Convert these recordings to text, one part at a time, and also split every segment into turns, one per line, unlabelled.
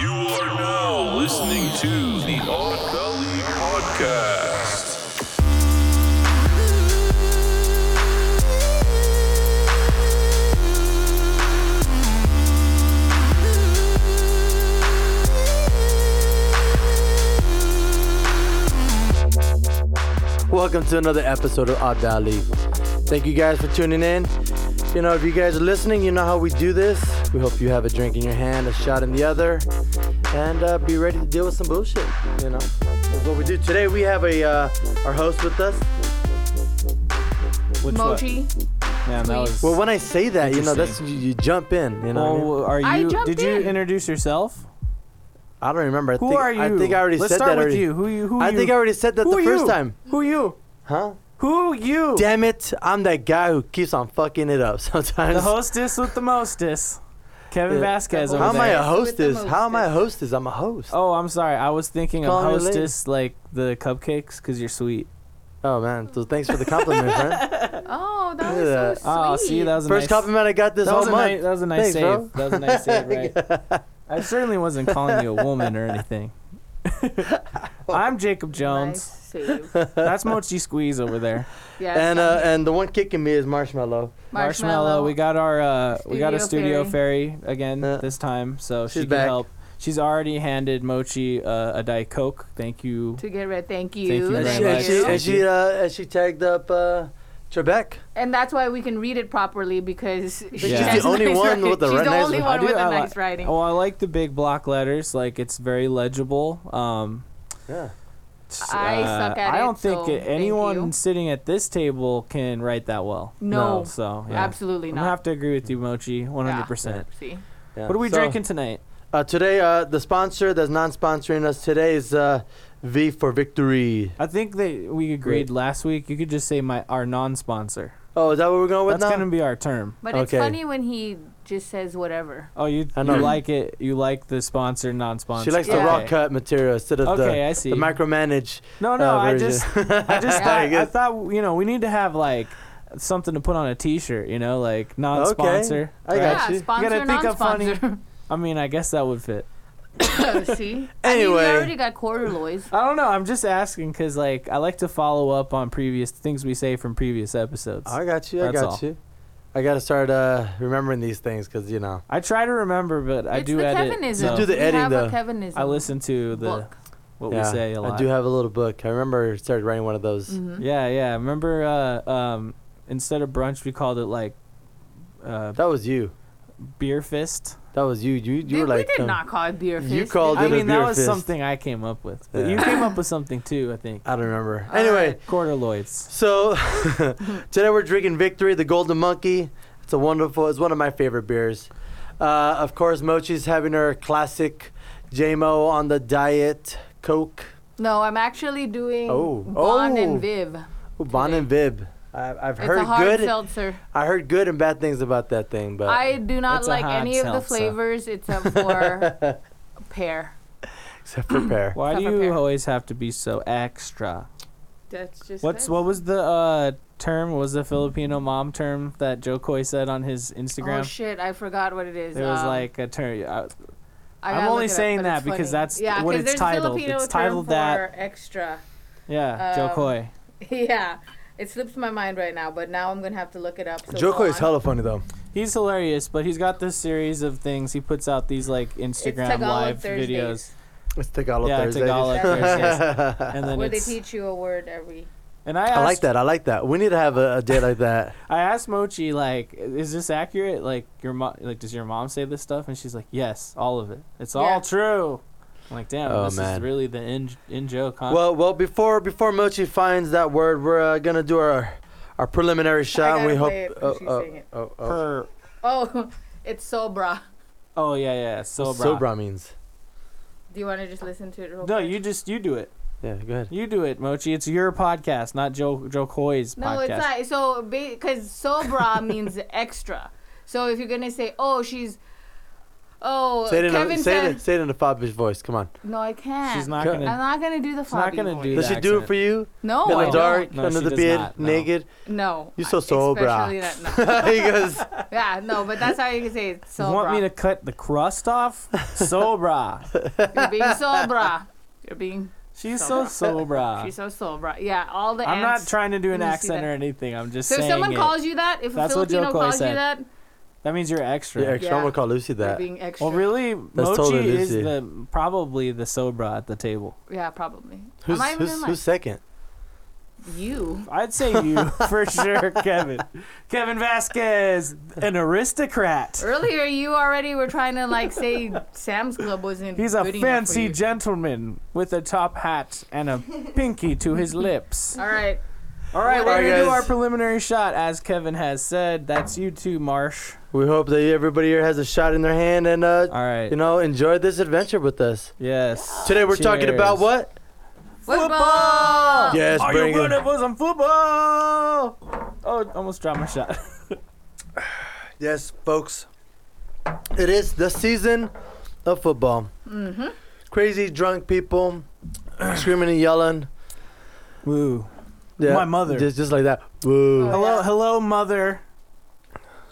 You are now listening to the Odd Valley Podcast.
Welcome to another episode of Odd Valley. Thank you guys for tuning in. You know, if you guys are listening, you know how we do this. We hope you have a drink in your hand, a shot in the other, and uh, be ready to deal with some bullshit. You know, that's what we do. Today we have a uh, our host with us. What's what?
Moji.
Man, that was.
Well, when I say that, you know, that's you, you jump in. You know, what I, mean?
Well, are
I
you?
jumped
Did you
in.
introduce yourself?
I don't remember. I
Who
think,
are you?
I think I already
Let's
said
start
that
with
already.
you. Who you? Who
I
you?
think I already said that
Who
the
you?
first time.
Who you?
Huh?
Who you?
Damn it! I'm that guy who keeps on fucking it up sometimes.
the hostess with the mostess, Kevin
Yeah.
Vasquez over
How am I
there.
a
With the
hostess? How am I a hostess? I'm a host.
oh, I'm sorry. I was thinking of
Call me later.
hostess like the cupcakes because you're sweet.
Oh man, so thanks for the compliment, friend.
Oh,
Look
that
at
was so
that.
sweet.
Oh, see, that was a
First
nice,
compliment I got this
That
whole
was, a
month.
nice, that was a nice
Thanks,
save.
bro.
That was a nice save, right? I certainly wasn't calling you a woman or anything. I'm Jacob
Nice
Jones.
save.
That's Mochi Squeeze over there.
Yes,
and uh,
I'm-
and the one kicking me is Marshmallow.
Marshmallow. We got our uh, we got a
Studio
studio fairy, again
Yeah.
this time, so
Uh, She's
she can
back.
help. She's already handed Mochi uh, a Diet Coke. Thank you.
to get red. Thank you.
you
And
very
she
much.
and she,
Thank
and she,
you.
uh, and she tagged up uh, Trebek.
And that's why we can read it properly because she
She's
has
the
only
nice
one
writing.
with the
She's
red-
the
nice
only
writing.
one with
I
the
li-
nice writing.
Oh, I like the big block letters. Like it's very legible. Um,
Yeah.
s- uh,
I suck at
I
it,
don't think
so thank
anyone
you.
sitting at this table can write that well.
No,
so yeah.
Absolutely
I'm
not.
gonna have to agree with you, Mochi, 100. percent
See,
yeah.
What are we
So,
drinking tonight?
Uh, today, uh, the sponsor that's non-sponsoring us today is uh, V for Victory.
I think that we agreed last week. You could just say my our non-sponsor.
Oh, is that what we're going with
That's
now?
gonna be our term.
but it's
Okay.
funny when he just says whatever.
Oh, you
I
you
know.
like it? You like the sponsor, non-sponsor?
she likes the
Yeah.
raw cut material instead of
Okay,
the,
I see.
the micromanage.
No, no,
uh,
I
version.
just, I just,
Yeah.
thought,
Very
I
good.
thought you know we need to have like something to put on a T-shirt, you know, like non-sponsor.
I
right?
got
yeah,
you. You
sponsor,
gotta think of funny-
non-sponsor.
I mean, I guess that would fit.
See, I
Anyway.
mean, we already got corduroys.
I don't know. I'm just asking because like I like to follow up on previous things we say from previous episodes.
I got you. I
That's
got
all.
you. I gotta start uh, remembering these things because you know.
I try to remember, but I
it's
do
the
edit.
Kevinism.
so
Do the
we
editing,
have
though.
a Kevinism.
I listen to the
book.
what
yeah,
we say a lot.
I do have a little book. I remember I started writing one of those.
Mhm.
yeah, yeah. Remember, uh, um, instead of brunch, we called it like uh,
That was you.
beer fist.
That was you. You you
Did-
were like
we did
um,
not call it beer fist.
you
did
called
we?
I
Did a
mean, that
beer
was
fist.
something I came up with. But you
Yeah.
came up with something too, I think.
I don't remember.
All
anyway,
right.
Corduloids.
so today we're drinking Victory, the Golden Monkey. It's a wonderful. It's one of my favorite beers. Uh, of course, Mochi's having her classic JMO on the diet Coke.
No, I'm actually doing
Oh.
Bon
Oh.
and Viv.
Ooh, Bon and Vib. I, I've
It's
heard
a hard
good. Uh,
seltzer.
I heard good and bad things about that thing, but
I do not
It's a
like
hard
any of the
seltzer.
flavors except for pear.
except for pear.
Why do
Tough
you
repair.
always have to be so extra?
That's just
What's what was the uh, term? What was the Filipino mom term that Joe Coy said on his Instagram?
Oh shit! I forgot what it is.
There was
Um,
like a term. I,
I
I'm
gotta
only
look it up,
saying
but
that
it's
because
funny.
that's
yeah,
what
'cause
it's
there's a
titled.
Filipino
It's
term
titled that-
for extra.
yeah, Joe
Um,
Coy.
yeah, it slips my mind right now, but now I'm gonna have to look it up. So go
Joko is
on.
hella funny though.
He's hilarious, but he's got this series of things. He puts out these like Instagram
Tagalog
live
Thursdays.
videos,
It's Tagalog
Yeah,
Thursday.
Tagalog Thursdays. and then
Where they
it's,
teach you a word every.
and I, asked,
I like that. I like that. We need to have a, a day like that.
I asked Mochi like, is this accurate? Like your mom, like does your mom say this stuff? And she's like, yes, all of it. It's
Yeah.
all true. I'm like, damn,
Oh,
this
man.
is really the in in joke, huh?
Well, well, before before Mochi finds that word, we're uh, gonna do our our preliminary shot. and
gotta
we hope.
play it 'cause
oh,
she's
oh,
saying it.
oh, oh.
Per-
Oh, it's sobra.
oh yeah, yeah, sobra.
Sobra means.
Do you want to just listen to it? Real
No,
quick?
you just you do it.
Yeah, go ahead.
You do it, Mochi. It's your podcast, not Joe Joe Coy's
No,
podcast.
it's not. So, because sobra means extra. So if you're gonna say, "Oh, she's Oh,
Say it, in
Kevin
a, say,
said.
it, in- say it in a fobbish voice. Come on.
No, I can't.
She's not
Co-
gonna.
I'm not gonna do the
she's not
Fabi
gonna
voice.
do
Does
the
she do it
accent.
for you?
No,
in
Oh, I
the
don't.
dark,
No,
under
she
the
does
beard,
not, no.
naked.
No.
You're so
especially
sobra.
that- no.
he goes,
Yeah, no, but that's how you can say it.
You
Sobra.
want me to cut the crust off? Sobra.
You're being sobra. You're being.
She's so sobra.
She's so sobra. Yeah, all the.
I'm not
ants.
trying to do an
Let me see
accent
that.
or anything. I'm just
So if
saying
someone
it.
calls you that, if a
That's what
Filipino
Joe Coy
calls you
said.
that,
that means you're extra.
You're extra.
Yeah.
I'm going to call Lucy
you're
that.
being extra.
Well, really, Mochi
totally
is
Lucy.
the probably the sobra at the table.
Yeah, probably.
Who's,
Am I even in
who's,
line?
who's second?
you?
I'd say you for sure, Kevin. Kevin Vasquez, an aristocrat.
Earlier, you already were trying to like say Sam's Club wasn't.
He's a
good enough for
fancy
you.
gentleman with a top hat and a pinky to his lips.
All right.
All right,
All
we're
right,
gonna do
guys.
our preliminary shot, as Kevin has said. That's you too, Marsh.
We hope that everybody here has a shot in their hand and, uh,
All right.
you know, enjoy this adventure with us.
yes.
Today we're talking about
Cheers.
what?
Football.
Yes,
Are
bring
you
it.
ready for some football? Oh, almost dropped my shot.
Yes, folks. It is the season of football.
Mm-hmm.
Crazy drunk people screaming and yelling.
Woo.
Yeah,
My mother.
Just, just like that. Woo.
Oh,
Hello,
yeah.
hello, mother.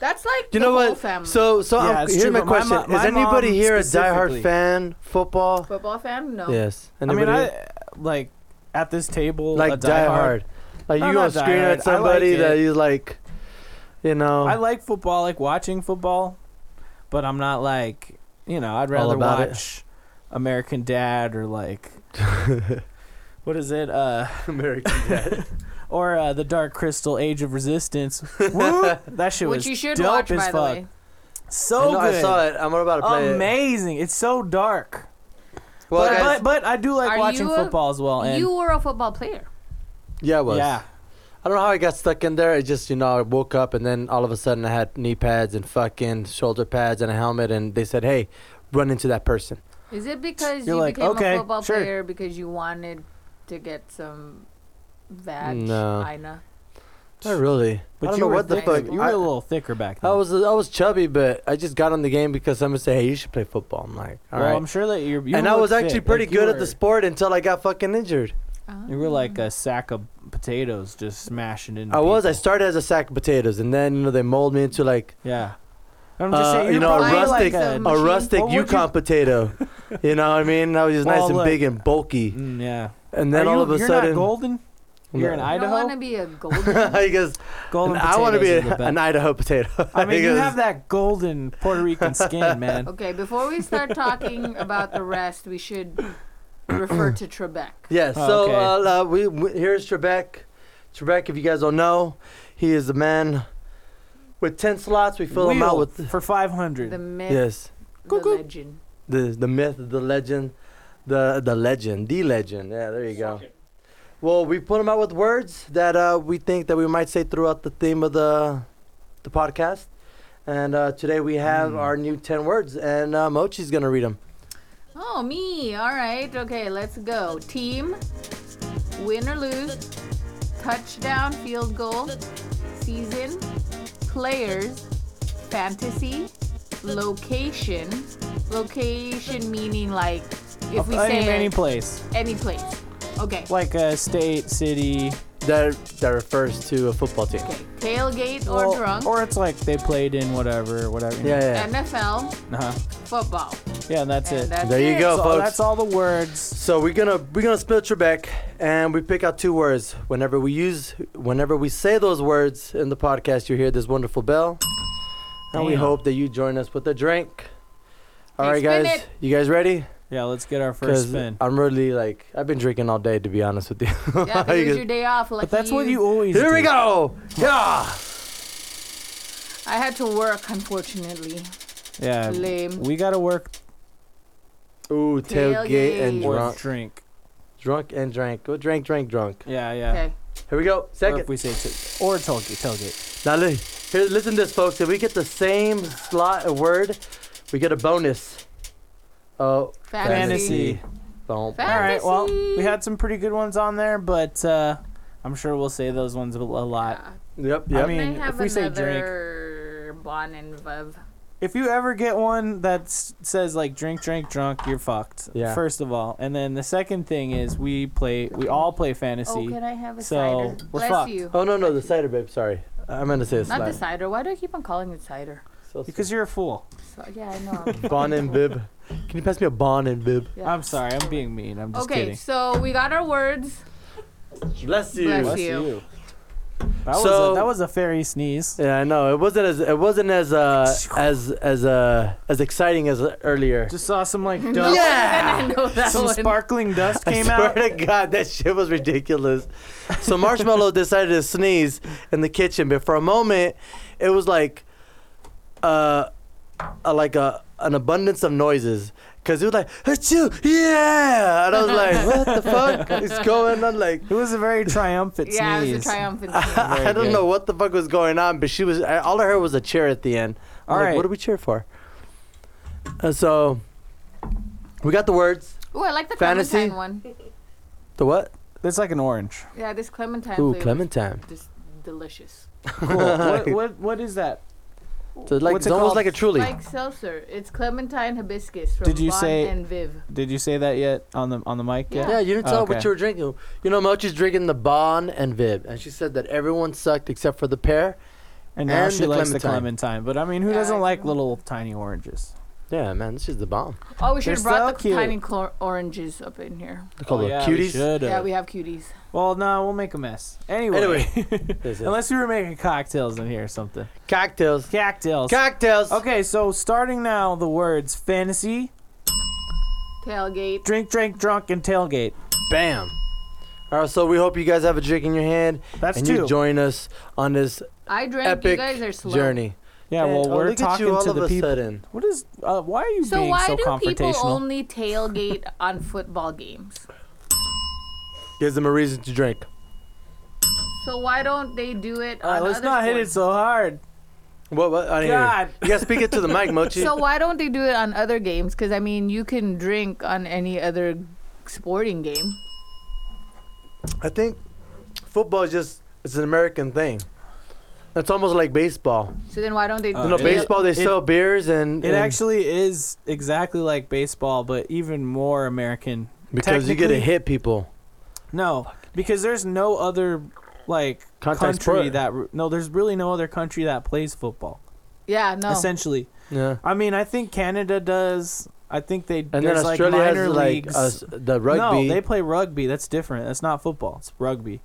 That's like
you
the
know
whole
what?
family.
So, so
Yeah,
I'm-
it's
here's
true,
my
but my
question:
mo- my
Is anybody
mom
here a diehard
specifically-
fan football?
football fan? No.
Yes.
I mean,
Anybody here?
I like at this table
like
a
diehard. Like
No,
you gonna
not
scream
diehard. I
at
like
somebody
it.
that you like, you know.
I like football, I like watching football, but I'm not like you know. I'd
All
rather
about it.
watch American Dad or like what is it? Uh,
American Dad.
or uh, the Dark Crystal: Age of Resistance. Woo! that shit
Which
was
you should
dope
watch,
as
by
fuck.
the way.
So
I, know,
good.
I saw it. I'm about to play it.
Amazing. It's so dark.
Well,
but,
guys,
but but I do like
Are
watching
you a-
football as well. And
You were a football player.
yeah, it was.
yeah,
I don't know how I got stuck in there. It just, you know, I woke up and then all of a sudden I had knee pads and fucking shoulder pads and a helmet, and they said, "Hey, run into that person."
Is it because
You're
you
like,
became
okay,
a football
sure.
player because you wanted to get some vag?
No.
Ina?
Not really.
but
I don't
you
know
were
what the
thick-
fuck.
You were
I,
a little thicker back then.
I was I was chubby, but I just got on the game because someone said, "Hey, you should play football." I'm like, all
well, I'm sure that you're. You
and I
look
was actually
fit.
pretty
Like, you
good at
were-
the sport until I got fucking injured.
You were like a sack of potatoes, just smashing into.
I was. I
people.
started as a sack of potatoes, and then you know they mold me into like
yeah. I'm
Uh, you
you're
know, a
probably
rustic-
a-
a
Machine.
rustic
What would
Yukon
you-
potato. You know what I mean? I was just nice
Well,
and
look.
big and bulky,
Mm, yeah.
and then
Are
all
you-
of a
you're
sudden,
not golden. You're in
No.
I don't
Idaho.
want to be a golden.
he goes,
golden.
I want to be
potatoes
a,
are the
an
best.
Idaho potato.
I mean,
He
you
goes,
have that golden Puerto Rican skin, man.
okay, before we start talking about the rest, we should refer to Trebek.
Yeah.
Oh,
So
okay.
uh, uh, we, we here's Trebek. Trebek, if you guys don't know, he is the man with ten slots. We fill him out
Wheeled
with
for 500.
The myth,
yes,
the
Cuckoo.
legend.
the the myth, the legend, the the legend, the legend. Yeah, there you go. Well, we put him out with words that uh, we think that we might say throughout the theme of the the podcast. And uh, today we have
Mm.
our new ten words, and uh, Mochi's gonna read them.
Oh, me. All right. Okay, let's go. Team, win or lose, touchdown, field goal, season, players, fantasy, location. Location meaning like if we
any,
say
any place,
any place. Okay.
like a state, city,
That that refers to a football team.
Okay. Tailgate or
Well,
drunk.
or it's like they played in whatever, whatever. you know.
Yeah, yeah.
NFL,
Uh-huh.
football.
Yeah, and that's it.
And that's
There you
it.
go.
so
Oh, folks.
that's all the words.
So we're gonna we're gonna split Trebek, and we pick out two words. Whenever we use, whenever we say those words in the podcast, you hear this wonderful bell, and we
Damn.
hope that you join us with a drink. All
Hey,
right,
spin
guys,
it.
you guys ready?
Yeah, let's get our first
Because
spin.
I'm really like I've been drinking all day to be honest with you.
Yeah, here's your day off. Lucky
But that's what you always
Here we
do.
go. Yeah.
I had to work, unfortunately.
Yeah.
Lame.
We gotta work
Ooh, tailgate, and
Tailgate.
or
drunk,
drink.
drunk and drank. Go drink, drink, drunk.
Yeah, yeah.
Okay.
Here we go.
Or
Second.
if we say t- or tailgate, tailgate.
Now, li- here, listen to this, folks. If we get the same slot of word, we get a bonus. Oh,
Fantasy.
Thump.
Fa-
All right. Well,
Fantasy.
we had some pretty good ones on there, but uh, I'm sure we'll say those ones a a lot.
Yeah.
Yep,
I
yep.
mean-
Can I have
if we say drink-
another Bon and Vev.
if you ever get one that s- says like drink, drink, drunk, you're fucked.
Yeah.
First of all, and then the second thing is we play. We all play fantasy.
Oh, can I have a
So,
cider?
we're
Bless
fucked.
you.
Oh no no the cider babe sorry I meant to say a
Not the
slide.
cider. Why do I keep on calling it cider?
So-
because you're a fool.
So, yeah, I know. I'm-
Bon and bib. Can you pass me a bon and bib?
yeah.
I'm sorry. I'm being mean. I'm just
okay,
kidding.
so we got our words.
Bless you.
Bless
Bless
you.
you. That was
So-
a, that was a fairy sneeze.
Yeah, I know. It wasn't as it wasn't as uh as as uh as exciting as earlier.
Just saw some like dust.
I know that
Some
one.
sparkling dust
I
came
swear
out.
to God, that shit was ridiculous. So Marshmallow decided to sneeze in the kitchen, but for a moment, it was like, uh, a, like a an abundance of noises. Cause he was like, "Achoo, yeah," and I was like, "What the fuck is going on?" Like,
It was a very triumphant
Yeah, it
sneeze.
was a triumphant sneeze.
I, don't
good.
know what the fuck was going on, but she was. I, all I heard was a cheer at the end. I'm
All
like,
right.
what do we cheer for? And so, we got the words.
Ooh, I like the
Fantasy?
Clementine one.
The what?
It's like an orange.
Yeah, this Clementine
Ooh,
flavor
Clementine.
is just delicious.
Cool. what, what what is that?
So like, it's
What's it
almost
called?
like a truly.
Like seltzer. It's Clementine hibiscus from
Did you
Bon
say-
and Viv.
Did you say that yet on the on the mic?
Yeah.
Yet?
Yeah, you didn't
Oh,
tell
okay.
what you were drinking. You know, Mochi's drinking the Bon and Vib, and she said that everyone sucked except for the pear.
And now
And
she
the
likes the
clementine.
clementine. But I mean, who
Yeah,
doesn't
I
like
do.
little tiny oranges?
Yeah, man, this is the bomb.
Oh, we should
They're
have brought
so
the
cute.
tiny clor- oranges up in here.
They call
Oh,
them
yeah, we
cuties.
should've.
Yeah, we have cuties.
well, no, we'll make a mess. Anyway.
Anyway, This is-
Unless we were making cocktails in here or something.
cocktails,
Cocktails.
cocktails.
okay, so starting now, the words fantasy,
Tailgate.
drink, drink, drunk, and tailgate.
Bam. All right, so we hope you guys have a drink in your hand
That's
and
two.
you join us on this
I drank. you
epic
guys are slow.
journey.
yeah, well,
Oh,
we're
look at
talking
you all
to
of
the
a
people.
sudden.
What is? Uh, why are you
So
being
why
so
do people
confrontational?
only tailgate on football games?
Gives them a reason to drink.
So why don't they do it?
All right,
on
Uh, let's
other
not hit it
sports?
so hard.
What? What? I didn't hear you.
God.
You gotta speak it to the mic, Mochi.
So why don't they do it on other games? Because I mean, you can drink on any other sporting game.
I think football is just it's an American thing. That's almost like baseball.
So then why don't they?
Uh,
You know,
It-
baseball they
it-
sell beers and,
It
and
actually is exactly like baseball, but even more American.
because you get to
Technically-
hit people.
No, because there's no other like
Contact
country
sport.
that r- no, there's really no other country that plays football.
Yeah, no.
Essentially,
Yeah.
I mean, I think Canada does. I think they
And
there's
then Australia
like minor
has like
leagues.
us- the rugby.
No, they play rugby. That's different. That's not football. It's rugby.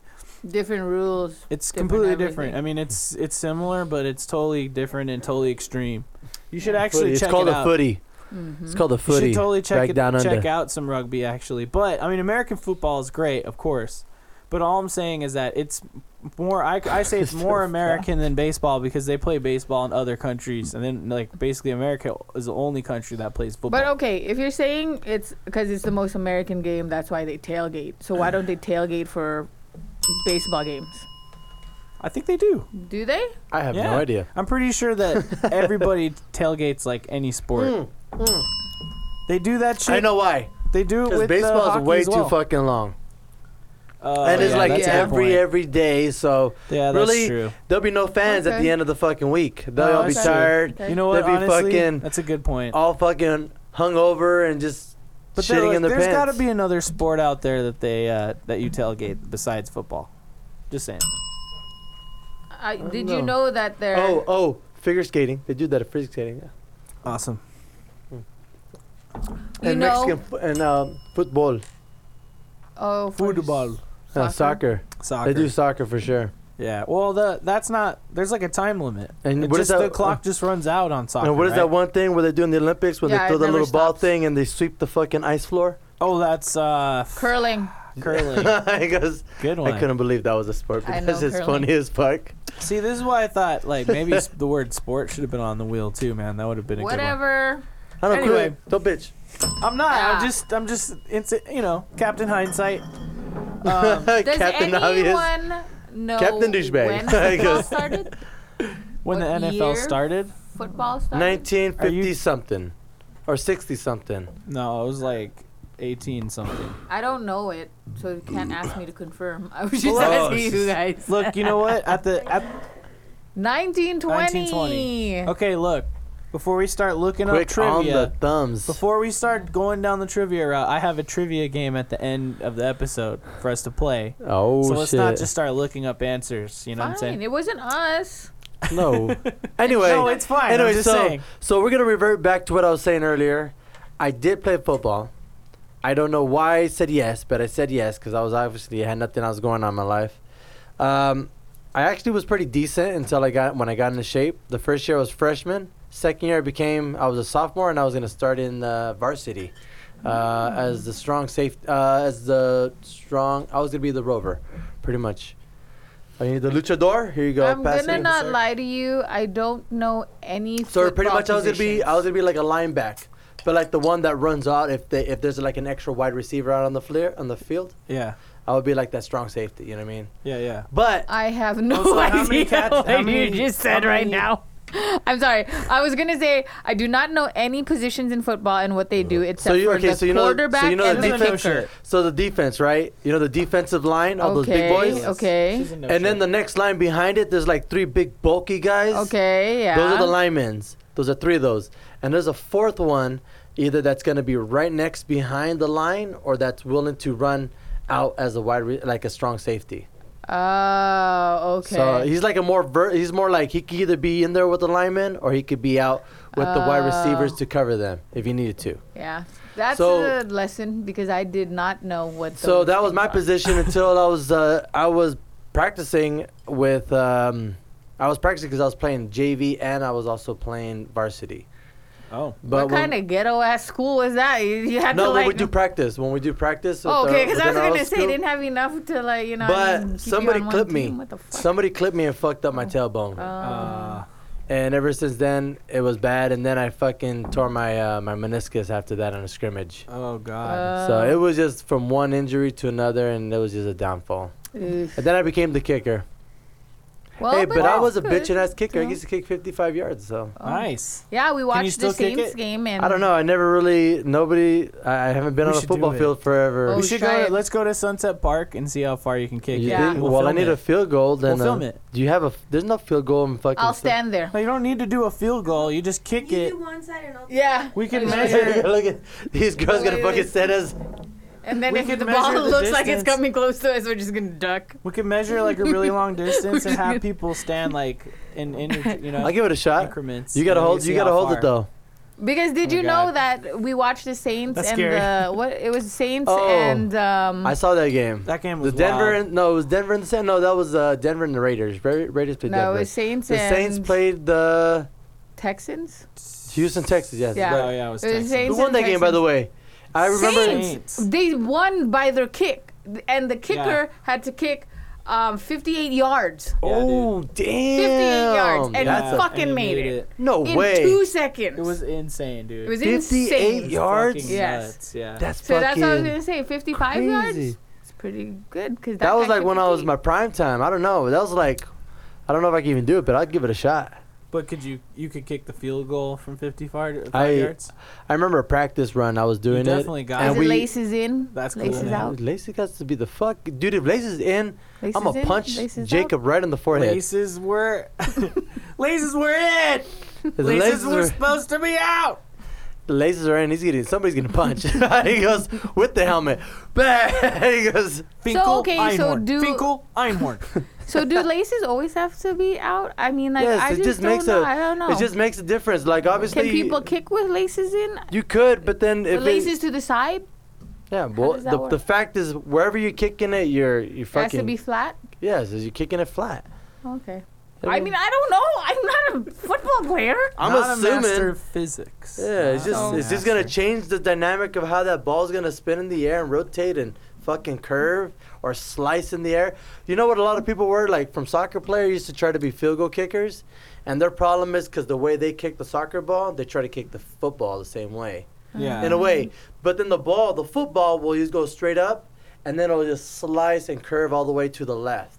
Different rules.
It's
Different
completely
everything.
different. I mean, it's it's similar, but it's totally different and totally extreme. You should
Yeah.
actually
Footy. it's
check
called
it
a
out.
footy. It's called a footy.
You should totally check
back
it,
down
check
under.
out some rugby actually. But I mean, American football is great, of course. But all I'm saying is that it's more. I, I say it's more American than baseball because they play baseball in other countries, and then like basically America is the only country that plays football.
But okay, if you're saying it's because it's the most American game, that's why they tailgate. So why don't they tailgate for baseball games?
oh
I think they do.
Do they?
I have
Yeah.
no idea.
I'm pretty sure that everybody tailgates like any sport. They do that shit.
Hmm. I know why.
They do it
Because
with
baseball
the
is way
hockey as well.
too fucking long,
Uh,
and it's
yeah,
like
that's a good
every
point.
every day. So
Yeah, that's
really,
true.
there'll be no fans at
Okay.
the end of the fucking week. They'll
No,
all be
that's true.
tired,
Okay.
You know what?
They'd be
Honestly,
fucking-
that's a good point.
all fucking hungover, and just
But there-
shitting in their
there's
pants.
got to be another sport out there that they uh, that you tailgate besides football. Just saying.
I, did
know.
you know that they're?
oh oh figure skating. They do that at figure skating. Yeah.
Awesome.
you
and
know.
Mexican f- and um, football,
oh, for
Football,
Uh,
Soccer.
soccer.
soccer.
They do soccer for sure.
Yeah. Well, the that's not. There's like a time limit.
And
It
what is
just,
that-
The clock just runs out on soccer.
and what is that
right?
one thing where they do in the Olympics when
Yeah,
they
it
throw the
never
little ball
stops.
thing and they sweep the fucking ice floor?
Oh, that's uh,
Curling.
curling.
I goes,
Good one.
I couldn't believe that was a sport
I know,
because it's
curling.
funny as fuck.
See, this is why I thought like maybe s- the word sport should have been on the wheel too, man. That would have been a
Whatever.
I don't
Anyway.
anyway. don't bitch.
good one. I'm not.
Ah.
I'm just. I'm just. It's you know, Captain Hindsight.
Um, Does
Captain Obvious.
anyone know
Captain douchebag.
when
I
football
guess.
started? What
When the NFL
year?
started,
Football started.
1950
Are you-
something or 60 something.
no, it was like 18 something.
I don't know it, so you can't ask me to confirm. I was just
Oh,
asking
s-
you guys.
Look, you know what? At the at
1920.
1920. Okay, look. before we start looking up
Quick on
trivia,
the thumbs.
before we start going down the trivia route, I have a trivia game at the end of the episode for us to play.
oh
so let's
shit!
not just start looking up answers. You know
Fine.
what I'm saying?
It wasn't us.
no. Anyway.
no, it's fine.
Anyway,
I'm just
so
saying.
so we're gonna revert back to what I was saying earlier. I did play football. I don't know why I said yes, but I said yes because I was obviously I had nothing else going on in my life. Um, I actually was pretty decent until I got when I got into shape. The first year I was freshman. Second year I became I was a sophomore and I was gonna start in uh, varsity uh, as the strong safe uh, as the strong. I was gonna be the rover, pretty much. Oh, you need the luchador. Here you go.
I'm
Pass
gonna
it.
not lie to you. I don't know any.
So pretty
football
much, I was gonna be I was
positions.
gonna be like a lineback, but like the one that runs out if they if there's like an extra wide receiver out on the flare on the field,
Yeah,
I would be like that strong safety. You know what I mean?
yeah, yeah.
But
I have no
Also,
idea
how many cats-
what
how many-
you just
how
said right
many-
now. I'm sorry. I was gonna say I do not know any positions in football and what they do except
you-
for
okay,
the
Uh, so you know- so
quarterback
you know the
and the
She's a no
kicker.
shirt.
so the defense, right? You know the defensive line, all
okay,
those big boys,
okay,
She's a no
and then
shirt.
the next line behind it, there's like three big bulky guys.
okay, yeah.
Those are the linemen's. Those are three of those, and there's a fourth one, either that's gonna be right next behind the line or that's willing to run out as a wide re- like a strong safety.
Oh, okay.
So he's like a more ver- he's more like he could either be in there with the linemen or he could be out with the
Oh.
wide receivers to cover them if he needed to.
yeah, that's
So-
a lesson because I did not know what.
So
those
that was
things
my
are.
position until I was uh, I was practicing with um, I was practicing because I was playing JV and I was also playing varsity.
oh,
But
what kind of ghetto ass school was that? You, you had
no,
to
when
like.
we do practice, when we do practice. with
Oh,
our-
okay, because I was
within our
gonna
own
say
school-
didn't have enough to like you know. I mean,
But
keep you
somebody
on one
clipped me.
team. What the fuck?
Somebody clipped me and fucked up my
Oh.
tailbone.
uh,
and ever since then, it was bad. And then I fucking tore my uh, my meniscus after that in a scrimmage.
oh god.
So
Uh,
it was just from one injury to another, and it was just a downfall.
ugh.
And then I became the kicker.
Well,
hey, but I
Oh, that's
was a
good.
bitching ass kicker. I
know.
used to kick 55 yards, so
nice.
Yeah, we watched
still
the
kick
Saints
it?
game and
I don't know. I never really nobody. I, I haven't been
We
on a
should do
football
it.
field forever.
Oh,
We
We
should
should try
go.
it.
let's go to Sunset Park and see how far you can kick
You
it.
Yeah.
think?
We'll
well, I
film
need
it.
a field goal. Then
We'll film
uh,
it.
Do you have a? f- There's no field goal in fucking.
I'll
Sa-
stand there.
No, you don't need to do a field goal. You just kick
You
it.
do one side and I'll do
Yeah.
We can
Okay.
measure.
Look at these girls gonna
Wait,
fucking
wait.
set us.
And then
We
if
could
the ball
measure the
looks like it's
distance.
coming close to us, we're just gonna duck.
We can measure like a really long distance and have people stand like in in you know
I'll give it a shot.
increments.
You gotta
and
hold.
see
You gotta
how
hold
far.
it though.
Because did
Oh my
you know
God.
that we watched the Saints
That's
and
scary.
the what? It was Saints
Oh.
and um.
I saw that game.
That game
The
was
Denver
wild.
and no, it was Denver and the Saints. No, that was uh, Denver and the Raiders. Ra- Raiders played
no,
Denver.
it was Saints
the
and
Saints played the
Texans.
Houston, Texas. Yes.
Yeah.
Oh yeah, it was.
It was
Texans.
Saints
Who won
and
that game, by the way? I remember.
Saints.
Saints.
They won by their kick, Th- and the kicker had to kick um, 58 yards.
Yeah, dude.
Oh damn!
58 yards, and
That's a,
fuck- fucking
and he
made it.
no
in
way.
two seconds.
It was insane, dude.
It was
58
insane.
It's
yards?
fucking
Yes.
nuts, Yeah.
That's
So that's
fucking.
what I was gonna say. 55 yards.
crazy.
It's pretty good because
that was like when I was my prime time. I don't know. That was like, I don't know if I can even do it, but I'd give it a shot.
But could you you could kick the field goal from 50 far, five
I-
yards?
I remember a practice run. I was doing
You
it.
definitely got
and
As
it.
it
we-
laces in,
That's cool,
laces
man.
out.
Lacey got to be the fuck, dude. If Lacey's in,
Laces
I'm gonna
in,
punch
laces out.
Jacob right in the forehead.
Laces were, laces were it.
His
Laces
laces
were
are-
supposed to be out.
The lasers are in. He's getting somebody's gonna punch. he goes with the helmet. Bang! he goes.
Finkel,
okay, so
Einhorn.
do-
Finkel Einhorn.
So do laces always have to be out? I mean, like
yes,
I
it
just,
just,
don't
makes
know.
a.
I don't know.
It just makes a difference. Like obviously,
Can people kick with laces in?
you could, but then if
With
it-
laces to the side?
yeah, well,
does that
the, the
work?
fact is, wherever you're kicking it, you're you
It has to
fucking
be flat.
yes, you're kicking it flat.
Okay. I mean, I don't know. I'm not a football player.
I'm
Not a master
assuming.
of physics.
Yeah, it's just
Not a
it's just gonna
master.
change the dynamic of how that ball's gonna spin in the air and rotate and fucking curve or slice in the air. You know what? A lot of people were like from soccer players used to try to be field goal kickers, and their problem is because the way they kick the soccer ball, they try to kick the football the same way
yeah.
in a way. But then the ball, the football, will just go straight up, and then it'll just slice and curve all the way to the left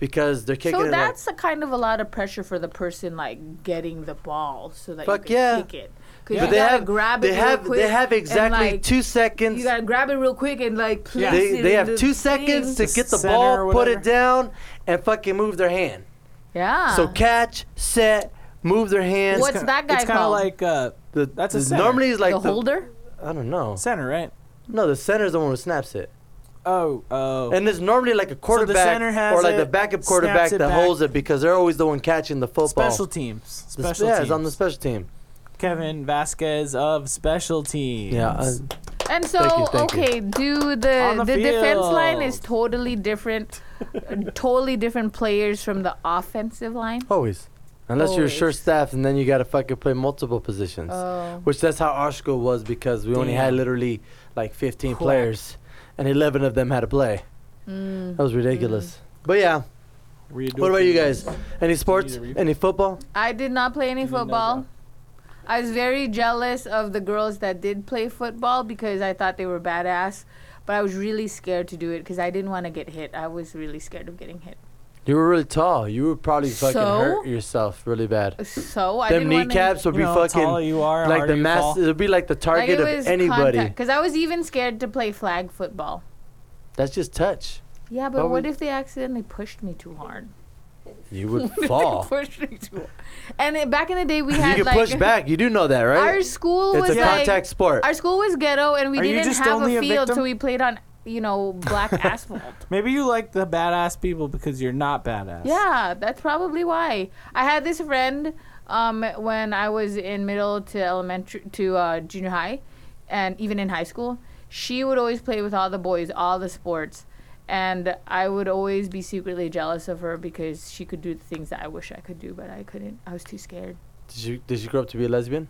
because they're kicking
Mm. So
it.
that's a kind of a lot of pressure for the person like getting the ball so that
Fuck
you can
yeah.
kick it. 'Cause
like,
you
but they
gotta
have
grab it
they
real
have
quick
they have
and,
exactly
like,
two seconds.
You gotta grab it real quick and like place
They,
it
they
in
have
the
two seconds
thing.
to get the
Center or
ball, put it
whatever.
down, and fucking move their hand.
Yeah.
So catch, set, move their hands.
What's
Kinda-
that guy
It's kind of
called?
like uh,
The,
That's a
the-
center.
normally it's like
the holder?
I don't know.
center, right?
No, the center is the one who snaps it,
Oh, oh.
and it's normally like a quarterback
center has
or like the
it,
backup
snaps
quarterback
it
that
back.
holds it because they're always the one catching the football.
special teams.
The sp-
Special
yeah,
teams.
it's on the special team.
Kevin Vasquez of special teams.
Yeah, uh,
And so,
Thank you, thank you.
okay, do the
On
the,
the
defense line
field.
is totally different, totally different players from the offensive line.
always. Unless you're
Always.
short staffed, and then you got to fucking play multiple positions.
Oh,
Which that's how our school was because we only had
Uh, Damn.
literally like 15
Crap.
players, and 11 of them had to play.
mm.
That was ridiculous. But yeah,
Redo-
what about you guys? Any sports?
read-
Any football?
I did not play any
You didn't know
football.
that.
I was very jealous of the girls that did play football because I thought they were badass, but I was really scared to do it because I didn't want to get hit. I was really scared of getting hit.
You were really tall. You would probably fucking
So?
hurt yourself really bad.
So I
Them
didn't want
kneecaps would
You
be
know how tall
fucking
you are,
like the mass. It would be like the target of anybody.
Because I was even scared to play flag football.
That's just touch.
Yeah, but
But
what
we-
if they accidentally pushed me too hard?
You would
They
fall.
pushed me too hard. And it, back in the day, we
Oh. you
had
can
like
push back. You do know that, right?
our school
it's
was
a
like
contact sport.
our school was ghetto, and we
Are you
didn't
just
have
only
a
a
field, so
victim?
we played on you know black asphalt.
Maybe you like the badass people because you're not badass.
Yeah, that's probably why. I had this friend um, when I was in middle to elementary to uh, junior high, and even in high school, she would always play with all the boys, all the sports, and I would always be secretly jealous of her because she could do the things that I wish I could do, but I couldn't. I was too scared.
Did you did you grow up to be a lesbian?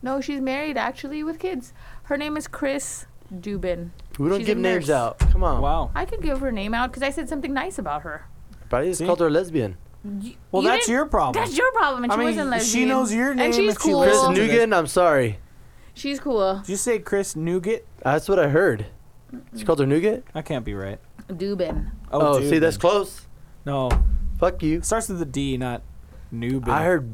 No, she's married actually with kids. Her name is Chris Dubin.
We don't
She's a
give names
nurse.
out. Come on.
Wow.
I could give her name out because I said something nice about her.
But I just
See?
called her a lesbian.
Y-
Well,
you
that's
didn't-
your problem.
That's your problem. And
I
she
mean,
wasn't
she
lesbian.
knows your name
And she's
if she
cool.
Chris
Well-
Nugent, I'm sorry.
She's cool.
Did you say Chris Nougat?
That's what I heard. She called her Nougat?
I can't be right.
Dubin.
Oh,
dude,
see, that's
man.
close.
no.
Fuck you.
It starts with the D, not Nubin.
I heard.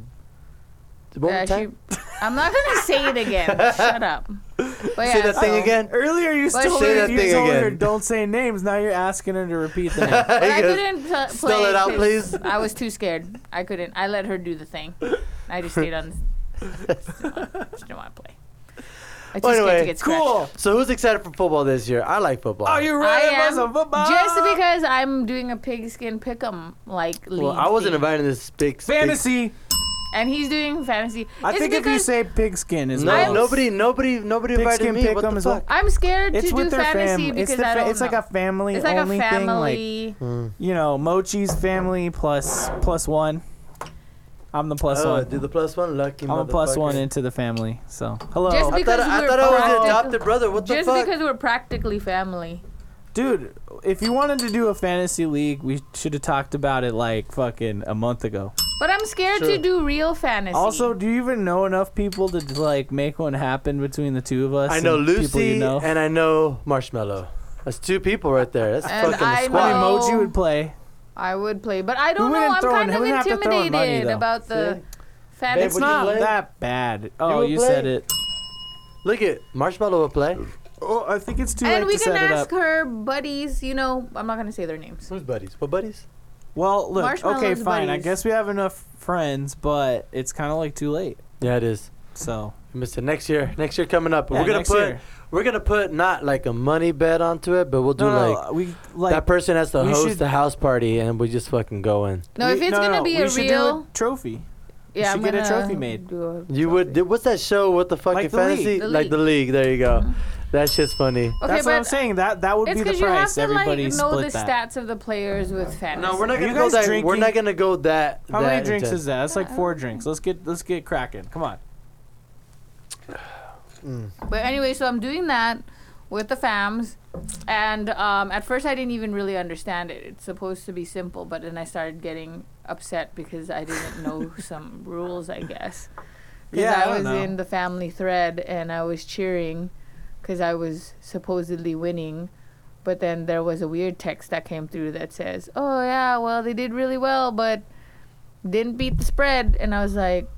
One
Yeah,
more time.
Uh, she- I'm not gonna say it again. Shut up. But
Say
oh, yeah,
that thing
so-
again.
Earlier you
But
still
she-
her-
Say that
you
thing
told her
again.
don't say names. Now you're asking her to repeat the name.
But I
Yes.
couldn't pl- play.
Spell it out,
'cause
please.
I was too scared. I couldn't. I let her do the thing. I just stayed on. She didn't want to play. I was too
Well,
scared
anyway,
to get scratched.
cool.
So who's excited for football this year? I like football.
Oh, you're
I
right. It
am
was a football.
just because I'm doing a pigskin pick'em like league.
Well, I wasn't
thing.
invited to this big big-
fantasy.
and he's doing fantasy.
I
It's
think if you
because
say pigskin is
No,
well.
nobody, nobody, nobody invited
Pigskin
me. What
pick'em
the
is what-
fuck?
I'm scared
It's
to
with
do
their
fantasy
family.
because
It's, the
I
fa-
don't
it's like
know.
a family
it's like a
only thing. Mm-hmm.
family.
Like you know, Mochi's family plus plus one. I'm the plus
Oh,
one.
do the plus one, lucky
I'm a plus one
motherfucker.
into the family. So hello, Uh,
Just
I thought
Because
I,
we're
thought I was the
practical.
adopted brother. What the
Just
fuck?
because we're practically family.
dude. If you wanted to do a fantasy league, we should have talked about it like fucking a month ago.
But I'm scared
Sure.
to do real fantasy.
Also, do you even know enough people to like make one happen between the two of us?
I know
and People
Lucy
you know.
and I know Marshmallow. That's two people right there. That's
And
fucking
I
a
I mean,
squad.
know-
Mochi would play.
I would play, but I don't
We
know.
wouldn't
I'm
throw in-
kind of
we wouldn't have to throw in money,
intimidated
though.
about the
Babe,
It's
would
fantasy.
you
not
play?
that bad. Oh,
would
you,
play?
said it.
Look at Marshmallow will play.
Oh, I think it's too
and
late
we
to
can
set it up.
ask her buddies. You know, I'm not gonna say their names.
Who's buddies? What buddies?
Well, look, okay,
Marshmallow's
fine. I
buddies.
guess we have enough friends, but it's kind of like too late.
Yeah, it is.
So
Mister, next year, next year coming up,
Yeah,
we're gonna
next
put
year.
we're gonna put not like a money bet onto it, but we'll do
no, no,
like,
we like
that person has to
we
host
should-
the house party and we just fucking go in.
No,
we-
if it's gonna
no,
be
we
a
should
real,
do a trophy.
yeah, I'm
should get a
gonna
trophy made.
do a
You would.
trophy.
Did, what's that show? What the fucking
Like the
fantasy?
league. Mm-hmm.
The
like the league. There you go. That's just funny.
Okay,
That's
but
what I'm saying. That that would
It's
be the
because you have
price.
to like
Everybody
know the
split that.
stats of the players with fantasy.
No, we're not
Are you
gonna go
guys
that. We're
drinking?
not gonna go that.
How
that
many drinks
intense.
is that? That's like four drinks. Let's get let's get cracking. Come on.
But anyway, so I'm doing that with the fams, and um, at first I didn't even really understand it. It's supposed to be simple, but then I started getting upset because I didn't know some rules, I guess. Because
Yeah, I
I
don't
was
know.
in the family thread and I was cheering because I was supposedly winning. But then there was a weird text that came through that says, "Oh yeah, well they did really well, but didn't beat the spread." And I was like,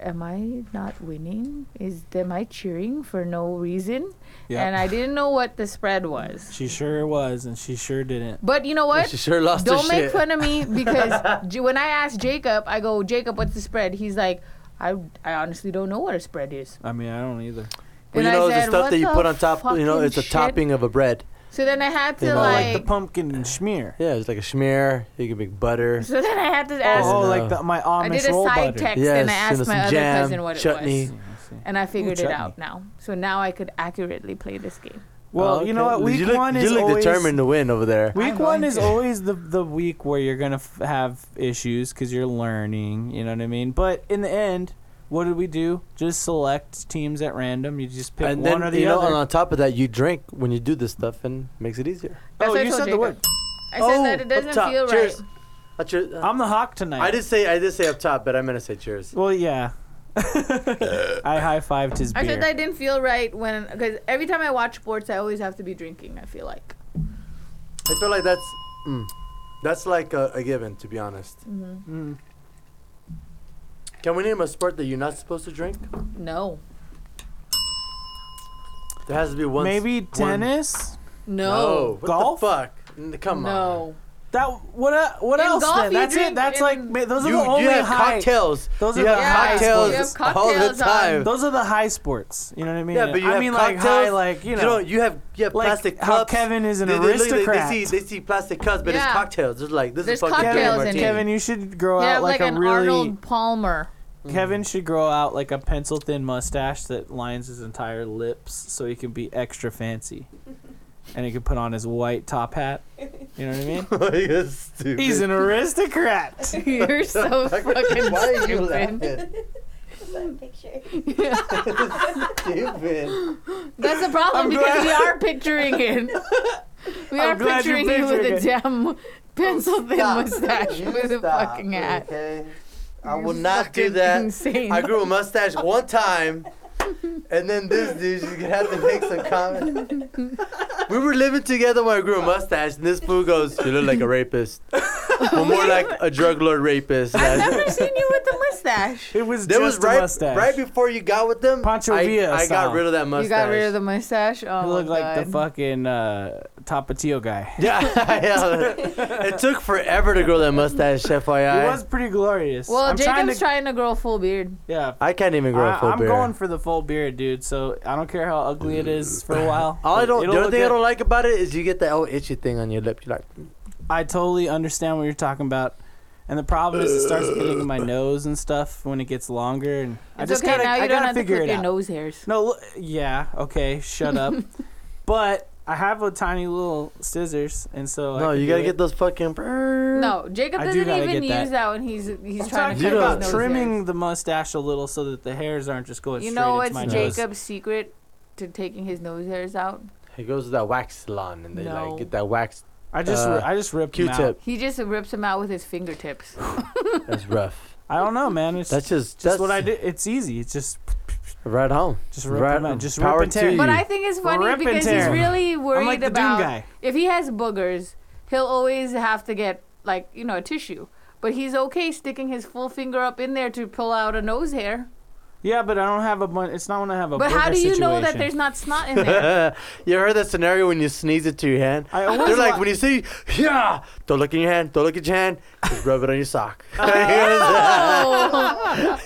am I not winning? Is am I cheering for no reason?
Yeah.
And I didn't know what the spread was.
She sure was, and she sure didn't.
But you know what?
She sure lost her
Don't make
shit.
fun of me because J- when I asked Jacob, I go, Jacob, what's the spread? He's like, I, I honestly don't know what a spread is.
I mean, I don't either.
Well,
And
you
I
know, it's
said,
the stuff
"What
that you
the
put on top. You know,
fucking
it's a
shit?"
topping of a bread.
So then I had to
You know,
like,
like the pumpkin and schmear.
Yeah, it's like a schmear. You can make butter.
so then I had to ask.
Oh,
Yeah.
like the, my
I
Amish
did a
roll
side
butter.
text
Yes,
and I
and
asked
some
my other
jam,
cousin what
chutney.
it was,
Yeah, I see.
and I figured it
chutney.
out now. So now I could accurately play this game.
Well,
Oh, Okay.
you know what? Week
you look,
one
you
is
look
always
determined to win over there.
I'm
Week
going
one is
to.
always the the week where you're gonna f- have issues because you're learning. You know what I mean? But in the end, what did we do? Just select teams at random. You just pick
and
one
then
or the
you know,
other.
and on top of that, you drink when you do this stuff, and makes it easier.
That's
oh,
what I
you
told
said the
Jacob.
word.
I
oh,
said that it
up
doesn't
top.
feel
Cheers.
right.
Uh, cheer- uh,
I'm the hawk tonight.
I did say I did say up top, but I meant to say cheers.
Well, yeah. I high fived his
I
beer.
said that didn't feel right when because every time I watch sports, I always have to be drinking. I feel like
I feel like that's mm, that's like a, a given, to be honest.
Mm-hmm.
Mm.
Can we name a sport that you're not supposed to drink?
no,
There has to be one. s-
Maybe
one-
tennis.
No.
no,
What
Golf?
the fuck? N- Come on.
no.
That what? Uh, what
In
else?
golf,
Then
you
that's it.
drink
That's
in-
like ma- those are
You,
the only
you have
high.
cocktails.
Those
you
are
have
the high
cocktails,
sports. You
have
all
cocktails
the
on.
time.
Those are the high sports. You know what I mean?
yeah, but you
I
have
mean like
cocktails.
high, like you know.
you have you have
like
plastic
how
cups.
Kevin is an
They- they look- they-
aristocrat.
They, see they see plastic cups, but
Yeah.
it's cocktails. It's like this
There's
is fucking Kevin
cocktails in
Martini.
it.
Kevin, you should grow
Yeah,
out
like,
like, a
an
really.
Arnold Palmer.
Mm-hmm.
Kevin should grow out like a pencil thin mustache that lines his entire lips, so he can be extra fancy, and he can put on his white top hat. You know what I mean?
You're stupid.
He's an aristocrat.
You're so fucking
Why are you
stupid.
laughing?
picture.
stupid.
That's the problem
I'm
because
glad-
we are picturing it. We
I'm
are
glad you're
picturing you with a
picturing
damn pencil thin
Stop.
mustache
You
with a
stop,
fucking hat.
Okay. I
You're
will not do
fucking
that.
insane.
I grew a mustache one time, and then this dude, she's gonna have to make some comment. We were living together when I grew a mustache, and this fool goes, "You look like a rapist, or more like a drug lord rapist." And I-
I've never seen you with a mustache.
It was
That
just
was
a
right,
mustache.
right before you got with them.
Pancho
I,
Villa
I
style.
got rid of that mustache.
You got rid of the mustache. Oh,
You
my
look like the
God.
fucking uh, Tapatio guy.
Yeah, yeah. It took forever to grow that mustache, FYI.
It was pretty glorious.
Well,
I'm trying
Jacob's
to.
trying to grow a full beard.
yeah.
I can't even grow a full
I, am
beard.
going for the full beard, dude. So I don't care how ugly it is for a while.
All I
It-
don't,
it'll
the only
look
thing I
good.
don't like about it is you get that old itchy thing on your lip. You're like,
I totally understand what you're talking about. And the problem is, it starts getting in my nose and stuff when it gets longer, and I
It's
just
okay
gotta,
now. You
I
don't
gotta
have to
figure
clip
it
your
out.
nose hairs.
No, l- yeah, okay, shut up. but I have a tiny little scissors, and so I
no,
can
you
do
gotta
it.
get those fucking.
No, Jacob
I
doesn't
do gotta
even
get that.
use that. when he's he's
I'm
trying
talking
to clip
about
his nose
trimming
hairs.
the mustache a little so that the hairs aren't just going
You
straight
know what's
into my nose.
Jacob's secret to taking his nose hairs out?
He goes to that wax salon and they
No.
like get that wax.
I just
Uh,
ri- I just ripped them out.
Q-tip.
He just rips them out with his fingertips.
That's rough.
I don't know, man. It's
That's just
just
that's
what I do. It's easy. It's just
Right home.
just rip
Right
them
on.
out. Just
Power
rip and tear.
to
But
you.
I think it's funny
Rip and
because he's
tear.
really worried
I'm like the
about
Doom guy.
if he has boogers, he'll always have to get like you know a tissue. But he's okay sticking his full finger up in there to pull out a nose hair.
Yeah, but I don't have a bun. It's not when I have a.
But how
burger
do you know that
situation.
there's not snot in there?
you ever heard that scenario when you sneeze into your hand?
I always
They're like,
wa-
when you see, yeah, don't look in your hand, don't look at your hand, just rub it on your sock. he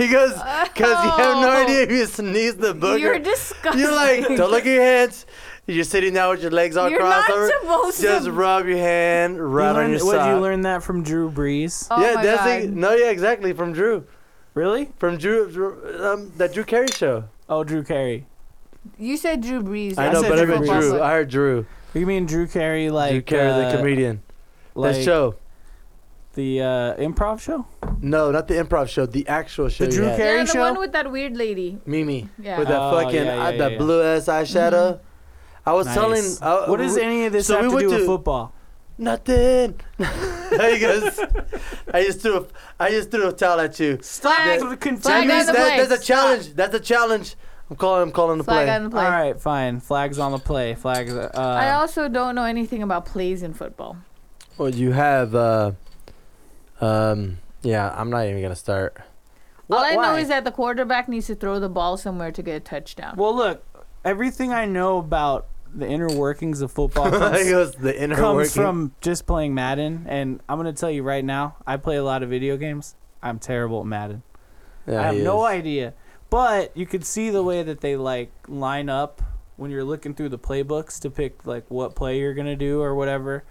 goes, because you have no
Oh.
idea if you sneeze the booger.
You're disgusting.
You're like, don't look at your hands. You're sitting down with your legs all
You're
crossed
not
over.
supposed to-
Just rub your hand
You
right on
learned-
your
what,
sock.
you learn that from Drew Brees?
Oh
yeah,
my
that's
God.
it. no, yeah, exactly from Drew,
Really?
from Drew, Drew- um, that Drew Carey show.
Oh, Drew Carey.
You said Drew Brees.
I know,
said
but I
Drew
meant
Brees.
Drew. I heard Drew.
You mean Drew Carey, like
Drew Carey,
uh,
the comedian.
like
that show.
the uh, improv show?
No, not the improv show. The actual show.
The
you
Drew
had.
Carey-
yeah, the
show?
one with that weird lady.
Mimi
Yeah.
with that
Oh,
fucking
yeah, yeah,
uh, that
yeah.
blue ass eyeshadow. I was
Nice.
telling. Uh,
what does
w-
any of this
so we
have to
went
do
to-
with football?
Nothing. he goes. I just threw. A, I just threw a towel at you.
Flag
That-
Flag
Jimmy's-
on the
continues.
that-
play.
That's a challenge. That's a challenge. I'm calling. I'm calling the
Flag
play.
on the
All
play.
right, fine. Flags on the play. Flags. Uh,
I also don't know anything about plays in football.
Well, you have. Uh, um. Yeah, I'm not even gonna start.
All
What-
I know
why?
is that the quarterback needs to throw the ball somewhere to get a touchdown.
Well, look, everything I know about the inner workings of football
It
comes,
goes the inner
comes
working.
from just playing Madden. And I'm going to tell you right now, I play a lot of video games. I'm terrible at Madden.
Yeah,
I have
he
no
is.
idea. But you could see the way that they like line up when you're looking through the playbooks to pick like what play you're gonna do or whatever.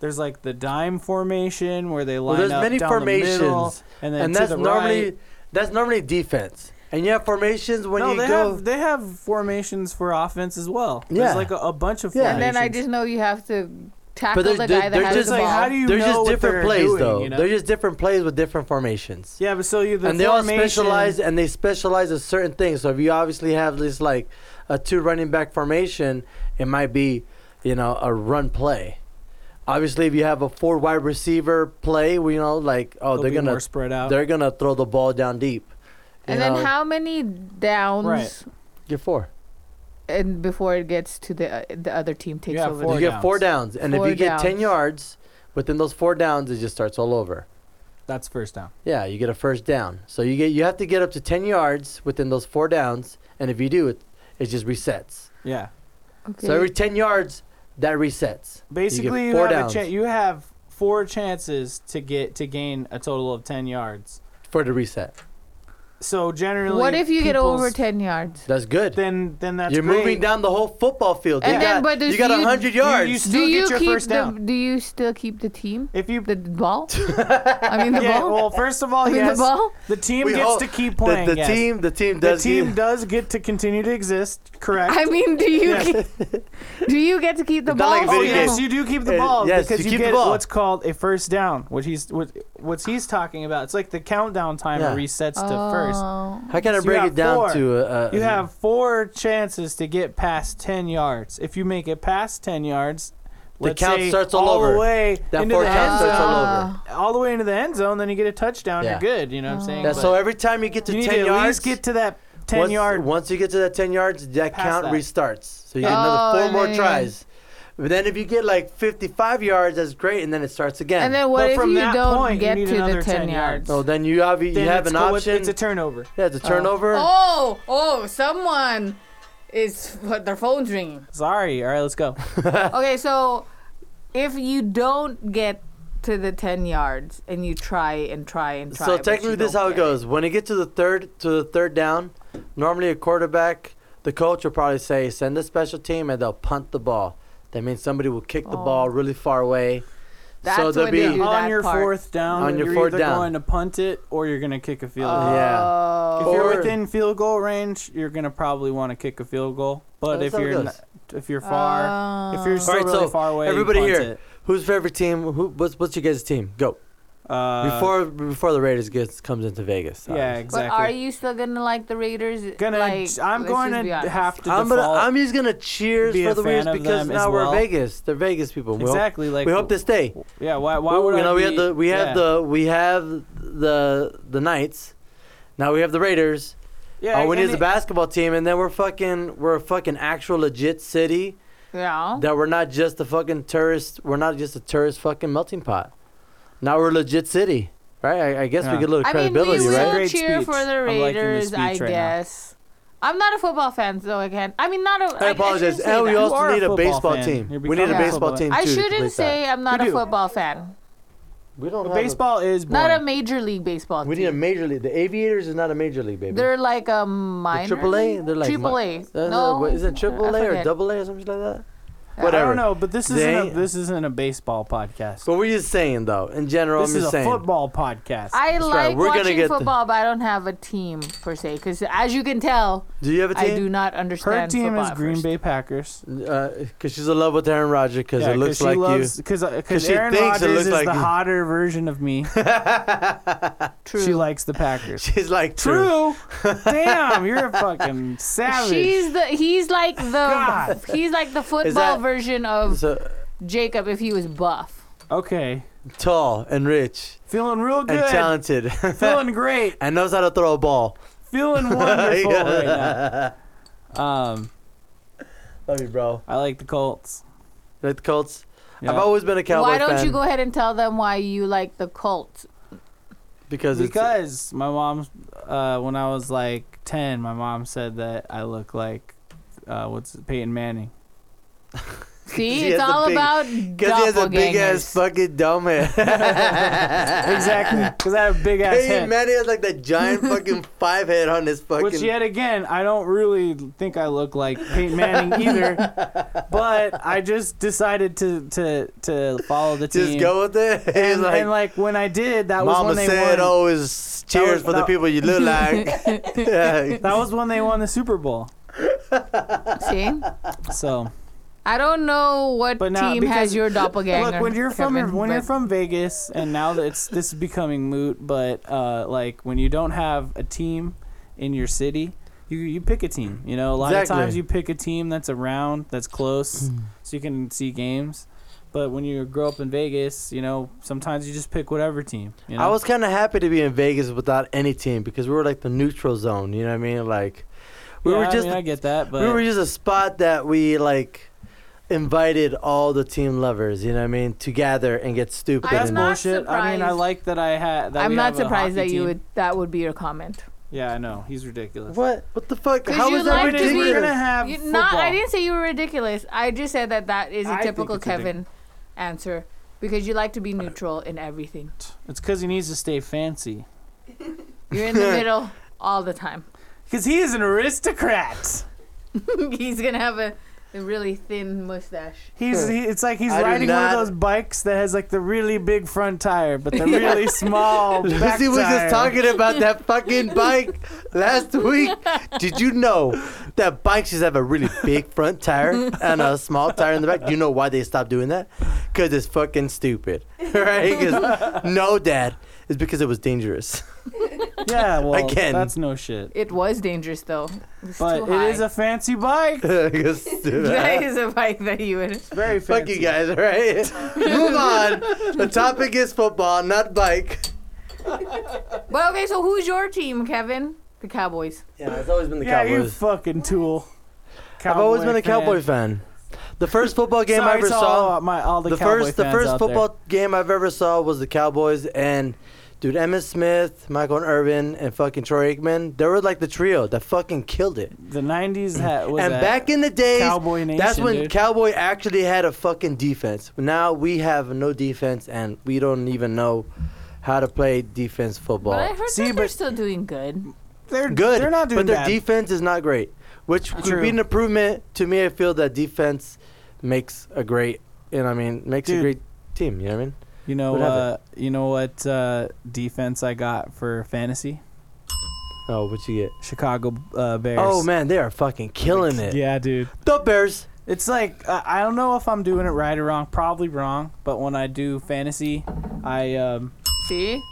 There's like the dime formation where they line
there's
up
many
down the middle,
formations,
and then
And
to
that's
the
normally
right.
that's normally defense. And you have formations when
no,
you
they
go.
have they have formations for offense as well.
Yeah.
There's like a, a bunch of
Yeah.
formations.
and then I just know you have to tackle
there's-
the
there-
guy that
there's
has
just
the
like,
ball.
how do you
they're
know
just
what
different
they're
plays
doing,
though.
you know?
They're just different plays with different formations.
yeah, but so you the
and they all
formation,
specialize and they specialize in certain things. So if you obviously have this like a two running back formation, it might be you know a run play. Obviously, if you have a four wide receiver play, we know like oh
they'll
they're
be
gonna
more spread out.
they're gonna throw the ball down deep. You
and then
know,
how many downs
Right.
You're four.
and before it gets to the uh, the other team takes
Yeah,
over?
four
you get four downs, and
Four
if you get ten
downs.
yards within those four downs, it just starts all over.
That's first down.
Yeah, you get a first down. So you get you have to get up to ten yards within those four downs, and if you do, it it just resets.
Yeah.
Okay.
So every 10 yards, that resets.
Basically, you,
four
have
downs.
a chan you have four chances to get to gain a total of ten yards.
For the reset.
So generally,
what if you get
people's-
over ten yards?
That's good.
Then then that's
You're
great.
moving down the whole football field.
And
you,
then-
got,
but
you
does-
got
you-
100 yards.
You, you
do
still
you
get your
keep
first
the,
down.
Do you still keep the team?
If you
The ball? I mean the
yeah,
ball.
well, first of all,
I mean, the
yes,
ball?
the team
We
gets
all-
to keep
the-
playing.
The,
yes.
team, the team
the
does.
team
get-
does get to continue to exist. Correct.
I mean, do you
Yes.
get, do you get to keep the
Not
ball?
like a
Oh
video
still?
game.
yes, you do keep the
Uh,
ball
yes,
because
you
you,
keep the
get
ball.
what's called a first down. What he's what what's he's talking about. It's like the countdown time
Yeah.
resets to first.
Oh.
How can I
So you
break
have
it down
four.
to uh, a, a-
You have four chances to get past 10 yards. If you make it past 10 yards,
The
let's
count
say
starts all
the
over.
way
that
into
four
the
count
end
starts
zone.
all
Ah.
over.
All the way into the end zone, then you get a touchdown.
Yeah.
You're good. You know what I'm saying?
That's
But
so every time you get to
you need
10
to at
yards,
least get to that 10
once,
yard.
Once you get to that 10 yards, that
Past
count
that.
restarts. So you get
Yeah.
another
Oh,
four
and
more
then-
tries. But then if you get like 55 yards, that's great, and then it starts again.
And then what
But
if
from
you
that
don't
point, you
get
need
to the
another
10
10
yards?
yards.
so then you have, you
Then
have
it's
an
co-
option.
It's a turnover.
yeah, it's a turnover.
Oh, oh, someone is what their phone's ringing.
Sorry. All right, let's go.
okay, so if you don't get to the 10 yards and you try and try and try
So
but
technically,
you
this is
don't
how it
get
goes. When it gets to the third to the third down, normally a quarterback, the coach will probably say, "Send a special team," and they'll punt the ball. That means somebody will kick the
Oh.
ball really far away.
That's
so they'll
what
be
they do. that
On your
part.
fourth down,
On your
you're
fourth
either
down.
going to punt it or you're going to kick a field goal.
Uh,
Oh.
Yeah.
If
Or-
you're within field goal range, you're gonna probably want to kick a field goal. But
That's
if
how it
you're
goes. Uh,
not, if you're far, if
Oh.
you're still
Um, Alright,
really
so
far away, you
everybody
punt
here.
it.
Whose favorite team? Who? What's, what's your guys' team? Go
Uh,
before before the Raiders gets comes into Vegas.
yeah,
obviously.
But
exactly.
are you still gonna like the Raiders?
gonna?
Like,
I'm
let's
going
just be
to
honest.
have to
I'm
default.
gonna I'm just gonna cheers
be
for
a
the
fan
Raiders
of
because
them as
now
well.
we're Vegas. They're Vegas people. We hope-
exactly.
We
Like
hope, they stay.
Yeah. Why? Why would
you
I
know we
be,
had the we
yeah.
have the we have the the Knights. Now we have the Raiders.
Yeah.
All we need
and
is a
it-
basketball team, and then we're fucking we're a fucking actual legit city
Yeah.
that we're not just a fucking tourist. We're not just a tourist fucking melting pot. Now we're a legit city, right? I, I guess we
Yeah.
get a little
I mean, we
credibility,
will
right?
Great
cheer
speech.
for the
I'm liking this
Raiders,
speech
I
right now.
guess. I'm not a football fan, so I can't. I mean, not a.
I apologize.
I,
and we
You
shouldn't say that.
also
are a
need a
football
baseball
fan.
team.
You're
We need a
becoming a
baseball
football-
team.
I
too to
shouldn't
complete
say
that.
I'm not
We
a
do.
football fan.
we don't have
Baseball is boring.
Not a major league baseball
A, we
team.
need a major league. The Aviators is not a major league, baby.
They're like a minor.
AAA?
league?
They're like mi-
AAA.
Uh,
no,
what- is it triple
I
A or
forget.
double A or something like that?
Yeah.
I
Whatever.
don't know, but this isn't
They-
a, this isn't a baseball podcast.
But we're just saying though, in general,
this
I'm
is
just
a
saying.
football podcast.
I
That's
like
right, we're gonna
watching
get the-
football, but I don't have a team per se. Because as you can tell,
Do you have a
I
team?
do not
Her
understand
team
football.
is
at
Green
first.
Bay Packers.
because Uh, she's in love with Aaron Rodgers because it looks
she
like
loves, Because
she
Aaron
thinks it
Rodgers
looks
is
like
the
you.
hotter version of me.
True.
She likes the Packers.
you. She's like true.
True. Damn, you're a fucking savage.
She's the. He's like the.
God.
He's like the football
that-
version of
So
Jacob if he was buff.
okay.
tall and rich
Feeling real
and
good.
talented
Feeling great.
and knows how to throw a ball.
Feeling wonderful right now. Um,
Love you, bro.
I like the Colts.
Like the Colts.
Yeah.
I've always been a Cowboy
why don't
fan
you go ahead and tell them why you like the Colts?
because it's
because my mom's uh, when I was like ten, my mom said that I look like uh, what's Peyton Manning.
See,
He
it's
has a
all
big-
about
Because he has a big ass
doppelgangers.
fucking dome head.
Exactly, because I have a big ass
Hey,
head.
man, he has like that giant fucking five head on his fucking.
Which yet again, I don't really think I look like Peyton Manning either. but I just decided to to to follow the team.
just go with it. He's
and, and, like,
like,
when I did, that was
Mama
when they
said, "Oh."
won.
always cheers
was-
for the
that-
people you look like. Yeah.
That was when they won the Super Bowl.
See,
So,
I don't know what
But now-
team has
because-
your doppelganger.
look, when you're from
Kevin,
when you're
but-
from Vegas, and now that it's this is becoming moot, but uh, like when you don't have a team in your city, you you pick a team. You know, a lot
Exactly.
of times you pick a team that's around, that's close, so you can see games. But when you grow up in Vegas, you know, sometimes you just pick whatever team. You know?
I was kind of happy to be in Vegas without any team because we were like the neutral zone. You know what I mean? Like, we
Yeah,
were just
I, mean, I get that, but
we were just a spot that we like invited all the team lovers. You know what I mean? To gather and get stupid.
that's
I'm
and-
not
bullshit. I mean, I
surprised.
like that I had. That
I'm
we
not
have a
surprised
hockey
that you
team.
would that would be your comment.
Yeah, I know he's ridiculous.
what? What the fuck?
'Cause
How
you
is that
like to be-
ridiculous?
We're gonna have
You,
football.
not, I didn't say you were ridiculous. I just said that that is a
I think
typical
it's ridic-
Kevin answer because you like to be neutral in everything.
It's because he needs to stay fancy.
You're in the middle all the time.
Because he is an aristocrat.
He's gonna have a, a really thin mustache.
He's he, it's like he's
I do
riding one of
not-
those bikes that has like the really big front tire, but the really small back
Lucy was
tire.
just talking about that fucking bike last week. Did you know that bikes just have a really big front tire and a small tire in the back? You know why they stopped doing that? Because it's fucking stupid. Right? 'Cause- no, Dad. It's because it was dangerous.
Yeah, well,
Again.
that's no shit.
It was dangerous though. It's
But
too
it
high.
is a fancy bike.
'Cause-
that is a bike that you would.
Very
Fuck
fancy.
you guys, all right? Move on. The topic is football, not bike.
Well, okay. So who's your team, Kevin? The Cowboys.
Yeah, it's always been the
Yeah, you
Cowboys.
fucking tool.
I've always been a
fan.
Cowboy fan. The first football game
Sorry
I ever
to
saw.
all, uh, my, all the,
the
Cowboy
first the
fans
first
out there.
football game I've ever saw was the Cowboys and dude Emmitt Smith, Michael Irvin, and fucking Troy Aikman. They were like the trio that fucking killed it.
The '90s ha- was
and
that
back in the days,
Cowboy Nation.
that's when
dude.
Cowboy actually had a fucking defense. Now we have no defense and we don't even know how to play defense football.
But I heard
See,
that they're
but-
still doing good.
they're
Good,
They're not doing
but their
bad.
defense is not great, which could
True.
be an improvement. To me, I feel that defense makes a great, you know, what I mean, makes a
Dude.
great team. You know what I mean?
You know,
What
uh, you know what uh, defense I got for fantasy?
Oh, what you get?
Chicago uh, Bears.
Oh man, they are fucking killing it.
Yeah, dude.
The Bears.
It's like uh, I don't know if I'm doing it right or wrong. Probably wrong. But when I do fantasy, I um,
See,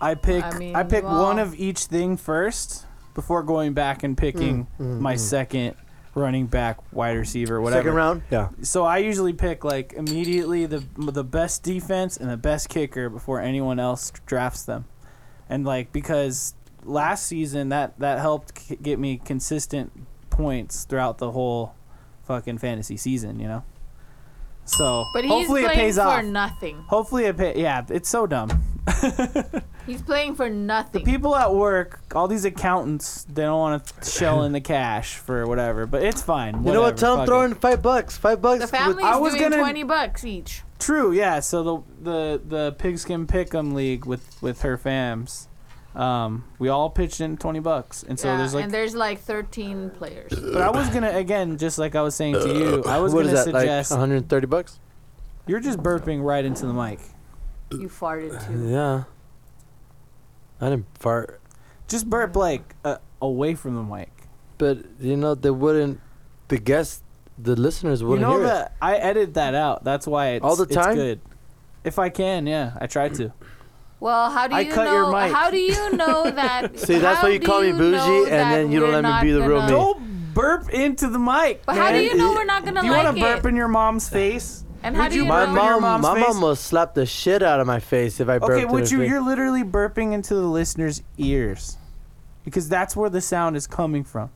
I pick
I
I,
mean,
pick
well-
one of each thing first before going back and picking my second running back, wide receiver, whatever.
Mm. Mm-hmm. Second round. Yeah.
So I usually pick like immediately the the best defense and the best kicker before anyone else drafts them, and like because last season that that helped c- get me consistent points throughout the whole fucking fantasy season, you know. So
but he's
hopefully it
playing
pays
for
off.
nothing.
Hopefully it pay- yeah, it's so dumb.
He's playing for nothing.
People at work, all these accountants, they don't want to shell in the cash for whatever, but it's fine.
You know what? Tell them
fuck
throw
it.
in five bucks. Five bucks.
the
with-
family's
I was
doing
gonna-
twenty bucks each.
True, yeah. So the the the pigskin pick'em league with with her fams, um, we all pitched in twenty bucks, and so
yeah,
there's like.
and there's like thirteen players.
But I was gonna again, just like I was saying to you, I was
what
gonna
is that?
suggest
Like uh-huh. 130 bucks.
you're just burping right into the mic.
You farted too.
Yeah. I didn't fart,
Just burp like uh, away from the mic.
but you know they wouldn't. The guests, the listeners
You
wouldn't
know
hear it.
that I edit that out. That's why it's
All the time?
It's good. If I can, yeah, I try to.
Well, how do
I
you
cut
know?
your mic.
How do you know that?
See, that's
how
why you
do
call me bougie
know
and
that
then you don't
we're
let me
not
be the real
gonna-
me.
Don't burp into the mic.
But how do
man.
you know we're not gonna
Do you
like
want to burp
it?
in your mom's face?
And how
Would
do
you
you
My
burp in your
know?
mom, my
mom's face?
mom will slap the shit out of my face if I burped.
Okay,
in
would
her
you?
face.
You're literally burping into the listener's ears, because that's where the sound is coming from.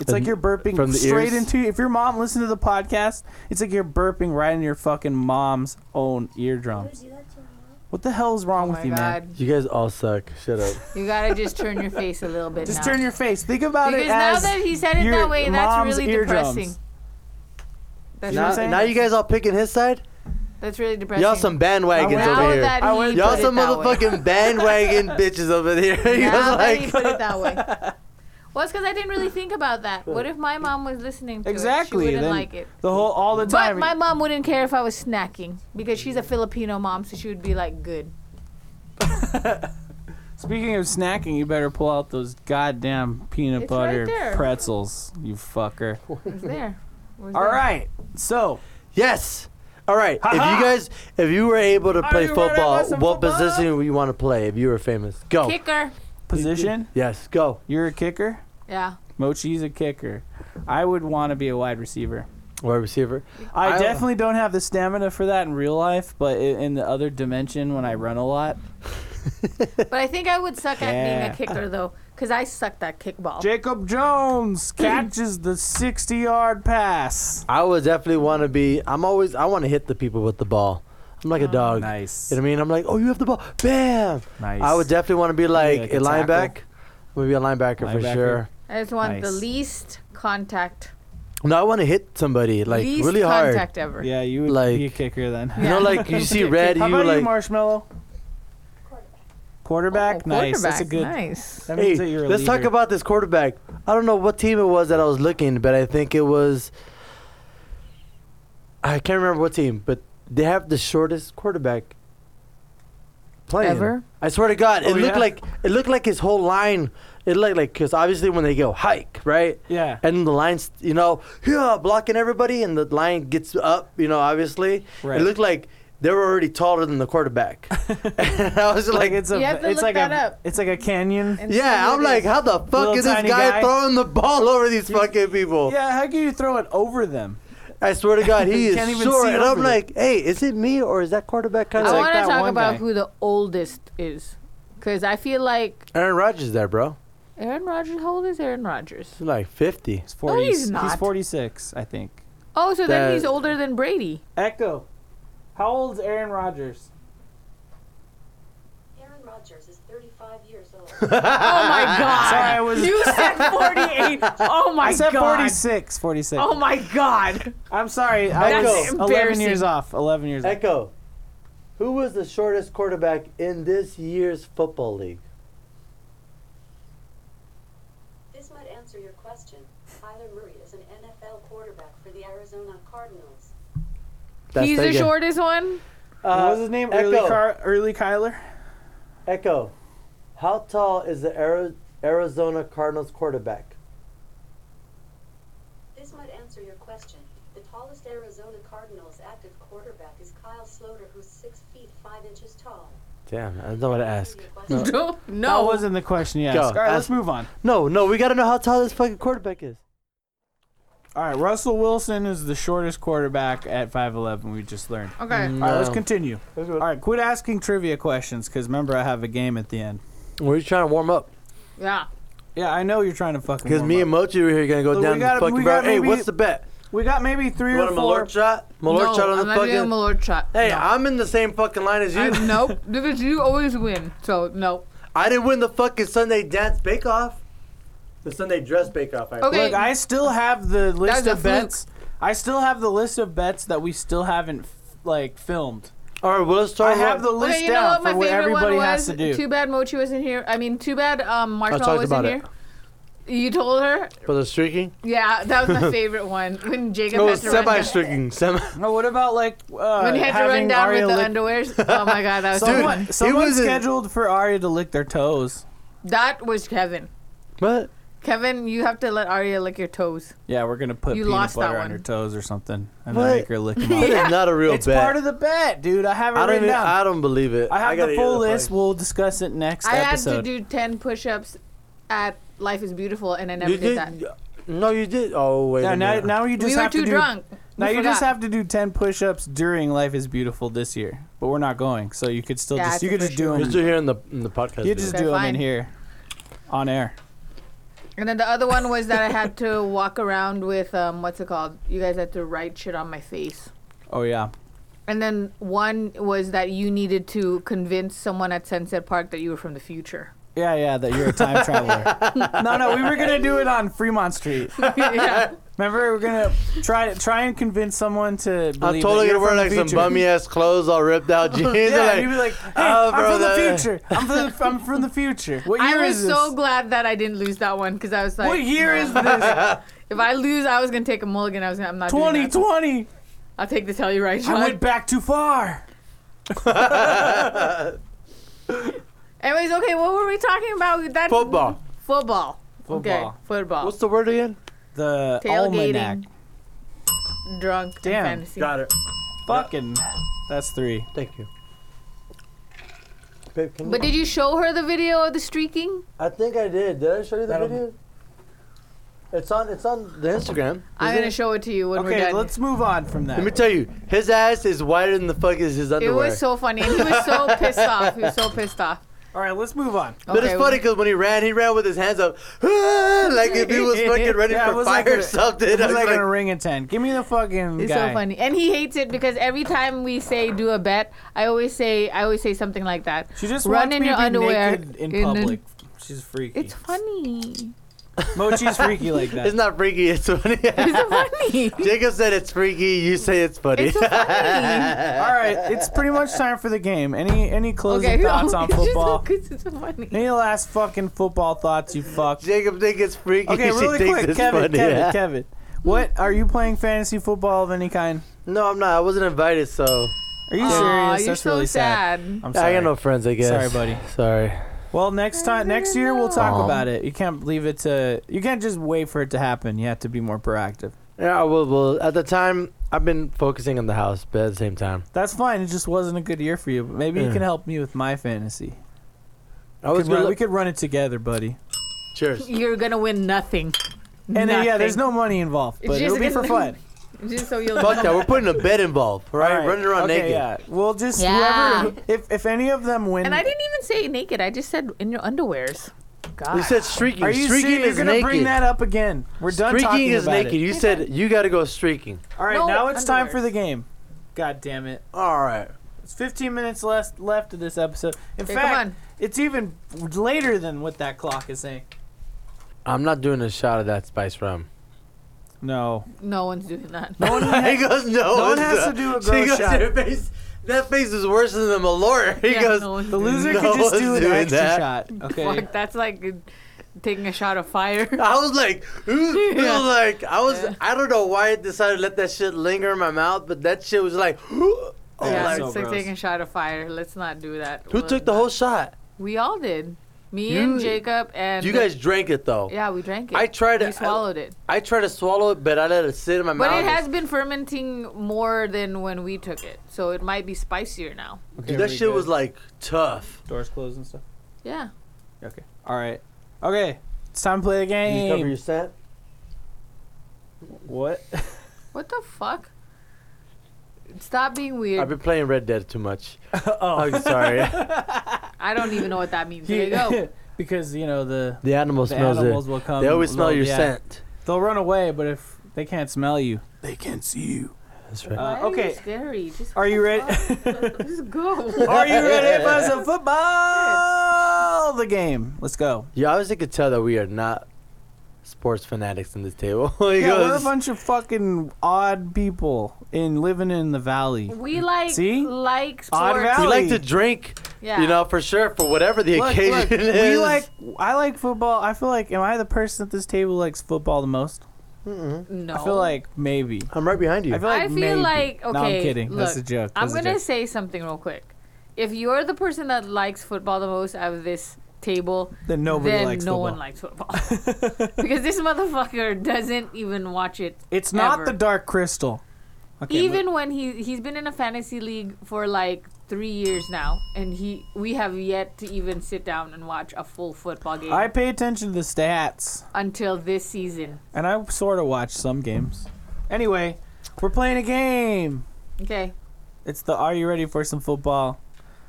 It's
And
like you're burping
from the
straight
ears?
into. If your mom listened to the podcast, it's like you're burping right in your fucking mom's own
You would
eardrums.
do that to your mom?
What the hell is wrong
Oh
with
my
you, man?
god.
You guys all suck. Shut up.
You gotta just turn your face a little bit.
Just
now.
turn your face. Think about
Because
it
now
as
that he said it
your
that way, that's
mom's
really
eardrums.
depressing. That's,
know what
Now,
I'm saying?
now you guys all picking his side?
that's really depressing.
Y'all some bandwagons
now
over here.
that
I
he
went-
Y'all
put
some
it that way.
motherfucking bandwagon bitches over there. you
Now
guys
that he
like,
put it that way. Well, it's because I didn't really think about that. What if my mom was listening to
Exactly,
it? She wouldn't
then-
like it.
the whole all the
But
time.
my mom wouldn't care if I was snacking because she's a Filipino mom, so she would be like, good.
Speaking of snacking, you better pull out those goddamn peanut
It's right
butter
there.
pretzels, you fucker.
It's there. It was
All
there.
right, so
yes. All right. If
Ha-ha.
you guys, if you were able to
Are
play
you ready for
football,
some
what
football?
position would you want to play if you were famous? Go.
Kicker.
position,
Yes, go.
you're a kicker.
Yeah.
Mochi's a kicker. I would want to be a wide receiver.
Wide receiver.
I,
I-
definitely don't have the stamina for that in real life, but i- in the other dimension, when I run a lot,
But I think I would suck at being
Yeah.
a kicker, though, because I sucked at kickball.
Jacob Jones catches the 60-yard pass.
I would definitely want to be. I'm always. I want to hit the people with the ball. I'm like a dog.
Oh, Nice,
You know what I mean? I'm like, oh, you have the ball. Bam.
nice.
I would definitely want to be like,
like
a
a tackle.
linebacker. I'm gonna be a linebacker, for
Linebacker.
sure.
I just want the
Nice.
least contact,
No, I want to hit somebody like
least
really hard.
contact ever.
Yeah, you would
Like-
be a kicker then.
You know, like you see red, you
How about
like.
you, Marshmallow? Quarterback,
Oh,
nice. That's a
quarterback,
good.
Nice.
That
Hey,
means that you're a
let's talk
leader.
about this quarterback. I don't know what team it was that I was looking, but I think it was. I can't remember what team, but they have the shortest quarterback playing.
Ever?
I swear to God, it
Oh,
looked
yeah?
like it looked like his whole line. It looked like because obviously when they go hike, right,
Yeah,
and the line's you know yeah, blocking everybody, and the line gets up, you know, obviously
Right.
it looked like they were already taller than the quarterback. and I was like,
it's a,
You have to
it's
look
like
that
a,
up.
it's like a canyon.
And
Yeah,
so
I'm
it
like,
is.
how the fuck
Little
is this
tiny
guy,
guy.
throwing the ball over these fucking people?
Yeah, how can you throw it over them?
I swear to God, he
You
is
can't even
short.
see
And I'm
over it.
like, hey, is it me or is that quarterback kind
I
of
It's
like
like
want to
that
talk
one
about
guy.
who the oldest is, because I feel like
Aaron Rodgers there, bro?
Aaron Rodgers. How old is Aaron Rodgers?
He's like 50.
He's
No,
40.
he's
He's
not.
46, I think.
Oh, so
That-
then he's older than Brady.
Echo, how old's Aaron Rodgers?
Aaron Rodgers is 35 years old.
Oh my god!
Sorry, I was-
You said 48. Oh my
I said
god!
46. 46.
Oh my god!
I'm sorry. I
That's
was 11 years
embarrassing.
off. 11 years off.
Echo, who was the shortest quarterback in this year's football league?
This might answer your question. Kyler Murray is an NFL quarterback for the Arizona Cardinals.
That's
he's the
taken.
shortest one.
uh, what was his name?
Echo,
Early, Car- Early Kyler?
Echo, how tall is the Ari- Arizona Cardinals quarterback?
This might answer your question. The tallest Arizona Cardinals active quarterback is Kyle Sloter, who's 6 feet 5 inches tall.
Damn, I don't know what to ask.
Your question.
No,
That wasn't the question you asked.
Go.
All right, let's
Ask-
move on.
No, no, we gotta know how tall this fucking quarterback is.
All right, Russell Wilson is the shortest quarterback at 5'11, we just learned.
Okay.
All right, let's
No.
continue. All right, quit asking trivia questions because remember, I have a game at the end.
We're just trying to warm up.
Yeah.
Yeah, I know you're trying to fucking.
Because
warm
me
up.
and Mochi were here gonna go
Look,
down
we
to the
got-
fucking
we
bar.
got
Hey,
maybe-
what's the bet?
we got maybe three
You
or
want a
four.
Malort shot? Malort
no,
shot on
I'm
the
not doing a
fucking.
Malort shot.
Hey,
no.
I'm in the same fucking line as you.
I- nope, because you always win. So nope.
I didn't win the fucking Sunday dance bake off. The Sunday dress bake off. I
Okay.
Look, I still have the list
was a
of bets. I still have the list of bets that we still haven't f- like filmed.
All right, well let's
I
talk
have the
about.
list
okay, you know
down
what my
for what
favorite
everybody
one
has
was?
to do.
Too bad Mochi wasn't here. I mean, too bad um,
talked
Marshmallow
about
wasn't
it.
here. You told her?
For the streaking?
Yeah, that was my favorite one. When
Oh,
Jacob
No,
had to run
semi
down,
streaking. Semi.
No, what about like uh,
when he had to
having
run down
Aria
with the
lick-
underwears? Oh my god, that was so
Someone,
fun.
he
someone
was in-
scheduled for Aria to lick their toes.
That was Kevin.
What?
Kevin, you have to let Arya lick your toes.
Yeah, we're gonna put
You
peanut
lost that
butter on
one.
her toes or something, and
What?
then make her lick them
That
off.
is not a real
It's
bet.
part of the bet, dude. I have it
I don't
written
even.
down.
I don't believe it.
I have
gotta
the
hear
full list.
fucking-
We'll discuss it next
I had
episode.
to do 10 push ups at Life is Beautiful, and I never
You
did,
did.
that.
No, you did. Oh wait.
yeah,
a
now,
minute.
now you just
we were
have
too
to do,
drunk.
Now
We
you just
forgot.
have to do ten push-ups during Life is Beautiful this year, but we're not going, so you could still
Yeah, it's
just you
a
could just do
Just
them.
do here in the in the podcast.
You
dude.
just
Okay,
do them in
fine.
here, on air.
And then the other one was that I had to walk around with, um, what's it called? You guys had to write shit on my face.
Oh yeah,
And then one was that you needed to convince someone at Sunset Park that you were from the future.
Yeah, yeah, that you're a time traveler. no, no, we were gonna do it on Fremont Street.
yeah.
Remember, we were gonna try try and convince someone to. Believe
I'm totally
that
gonna
you're
wear
from the
like some
future.
bummy ass clothes, all ripped out jeans.
Yeah,
like,
and you'd be like, hey,
"Oh, bro,
I'm from the
that-
future. I'm from the, I'm from the future. What year
I was
is this?
so glad that I didn't lose that one because I was like,
what year
no.
is this?
If I lose, I was gonna take a mulligan. I was gonna, I'm not. doing that.
2020.
I'll take the Telluride
I
shot.
went back too far.
Anyways, okay, what were we talking about? with That
football.
Football. Okay,
Football.
football.
What's the word again?
The
Tailgating.
almanac.
Drunk. and
Damn.
Fantasy.
it.
Fucking. That's three.
Thank you. Babe, can
But
you?
did you show her the video of the streaking?
I think I did. Did I show you the
That'll-
video? It's on. It's on the Instagram.
I'm
Is
gonna
it?
show it to you when we're
Okay,
done.
let's move on from that.
Let me tell you, his ass is wider than the fuck is his
it
underwear.
was so funny. And he was so pissed off. He was so pissed off.
All right, let's move on.
but it's
Okay,
funny because when he ran, he ran with his hands up, like if he was fucking ready
Yeah, it
for
was
fire
like
or
a-
something.
It
I
was
was
like,
like-
an orangutan. Give me the fucking
It's
guy.
so funny, and he hates it because every time we say do a bet, I always say I always say something like that.
She just
Run
wants
in
me to
your
be
underwear
naked in
in an-
public. She's freaky.
It's funny.
Mochi's freaky like that.
it's not freaky. It's funny.
It's funny.
Jacob said it's freaky. You say it's funny.
It's funny.
All right, it's pretty much time for the game. Any any closing
Okay,
thoughts on
it's just
football?
because it's so funny.
Any last fucking football thoughts you fuck?
Jacob thinks it's freaky.
Okay,
she
really
thinks
quick,
it's
Kevin,
funny.
Kevin, Kevin. What are you playing fantasy football of any kind?
No, I'm not. I wasn't invited, so
Are you
Aw,
serious?
you're
That's
so
really sad.
sad.
I'm
I
sorry.
got no friends. I guess.
Sorry, buddy.
Sorry.
Well, next time, next year we'll talk
Aw.
about it. You can't leave it to. You can't just wait for it to happen. You have to be more proactive.
Yeah, well, well, at the time, I've been focusing on the house, but at the same time,
That's fine. It just wasn't a good year for you. But maybe you
Yeah.
can help me with my fantasy.
I was
Could run-
gonna.
we could run it together, buddy.
cheers.
You're gonna win nothing.
And then, yeah, there's
Nothing.
no money involved,
It's
but
just
it'll be
gonna
for
be-
fun.
Just so you'll
Fuck that. We're putting a bed involved. All right,
All right.
running around
okay,
naked.
Yeah, we'll just
Yeah.
whoever if if any of them win.
And I didn't even say naked. I just said in your underwears. God.
You said streaking.
are you
streaking
serious?
is
You're gonna
naked.
bring that up again. We're done
streaking
talking
is
about
naked.
it.
You said you got to go streaking.
All right,
No
now it's time
underwear.
for the game. God damn it!
All right.
It's 15 minutes left left of this episode. In
Okay, come
fact,
on.
it's even later than what that clock is saying.
I'm not doing a shot of that spice rum.
No.
no one's doing that.
he goes, no.
one
it's
has
a-"
to do a
She
gross
goes,
shot.
"Your face- that face is worse than the Malort. He
Yeah,
goes,
no one's
The
doing
loser
No
could just
one's
do an
doing
extra
that.
shot.
that.
Okay.
Fuck, that's like uh, taking a shot of fire.
I was like, ooh, it
Yeah.
was like, I was,
Yeah.
I don't know why I decided to let that shit linger in my mouth, but that shit was like, oh
Yeah,
my-
yeah,
so
it's like
gross.
taking a shot of fire. Let's not do that.
who
Well,
took the whole shot?
We all did. Me
You-
and Jacob and
You guys drank it though.
Yeah, we drank it.
I tried
We
it.
swallowed it.
I tried to swallow it, but I let it sit in my
But
mouth.
it has been fermenting more than when we took it, so it might be spicier now.
Okay,
Dude,
are
that
we
shit
good?
was like tough.
doors closed and stuff.
Yeah.
Okay. All right. Okay. It's time to play the game.
scent?
What?
What the fuck? Stop being
I've
weird.
been playing Red Dead too much.
oh.
I'm sorry.
I don't even know what that means. There you
Uh,
go.
because you know the
the animal
the
smells
animals
it.
will come.
They always smell
they'll-
your
yeah.
scent.
They'll run away, but if they can't smell you, they can't see you.
That's right.
Uh,
Why are you
okay.
scary? Just
Are you ready?
Just go.
Are you ready for some football? The game. Let's go.
yeah, I obviously could tell that we are not sports fanatics in this table. He
Yeah, we're a
goes,
bunch of fucking odd people in living in the valley.
We like
See?
like
Odd
sports.
Valley.
we like to drink
Yeah.
You know, for sure, for whatever the
Look,
occasion
look,
is.
we like. I like football. I feel like. Am I the person at this table who likes football the most?
no.
I feel like maybe.
I'm right behind you.
I feel like.
I feel
maybe.
like okay.
No, I'm kidding.
Look,
That's a joke.
I'm
That's a
gonna
joke.
say something real quick. If you're the person that likes football the most out of this table,
Then nobody
then
likes
no
football.
one likes football because this motherfucker doesn't even watch it.
It's not
ever.
the Dark Crystal. Okay,
even when he he's been in a fantasy league for like three years now, and he we have yet to even sit down and watch a full football game
I pay attention to the stats,
until this season.
and I sort of watch some games. Anyway, we're playing a game.
Okay.
It's the Are you ready for some football?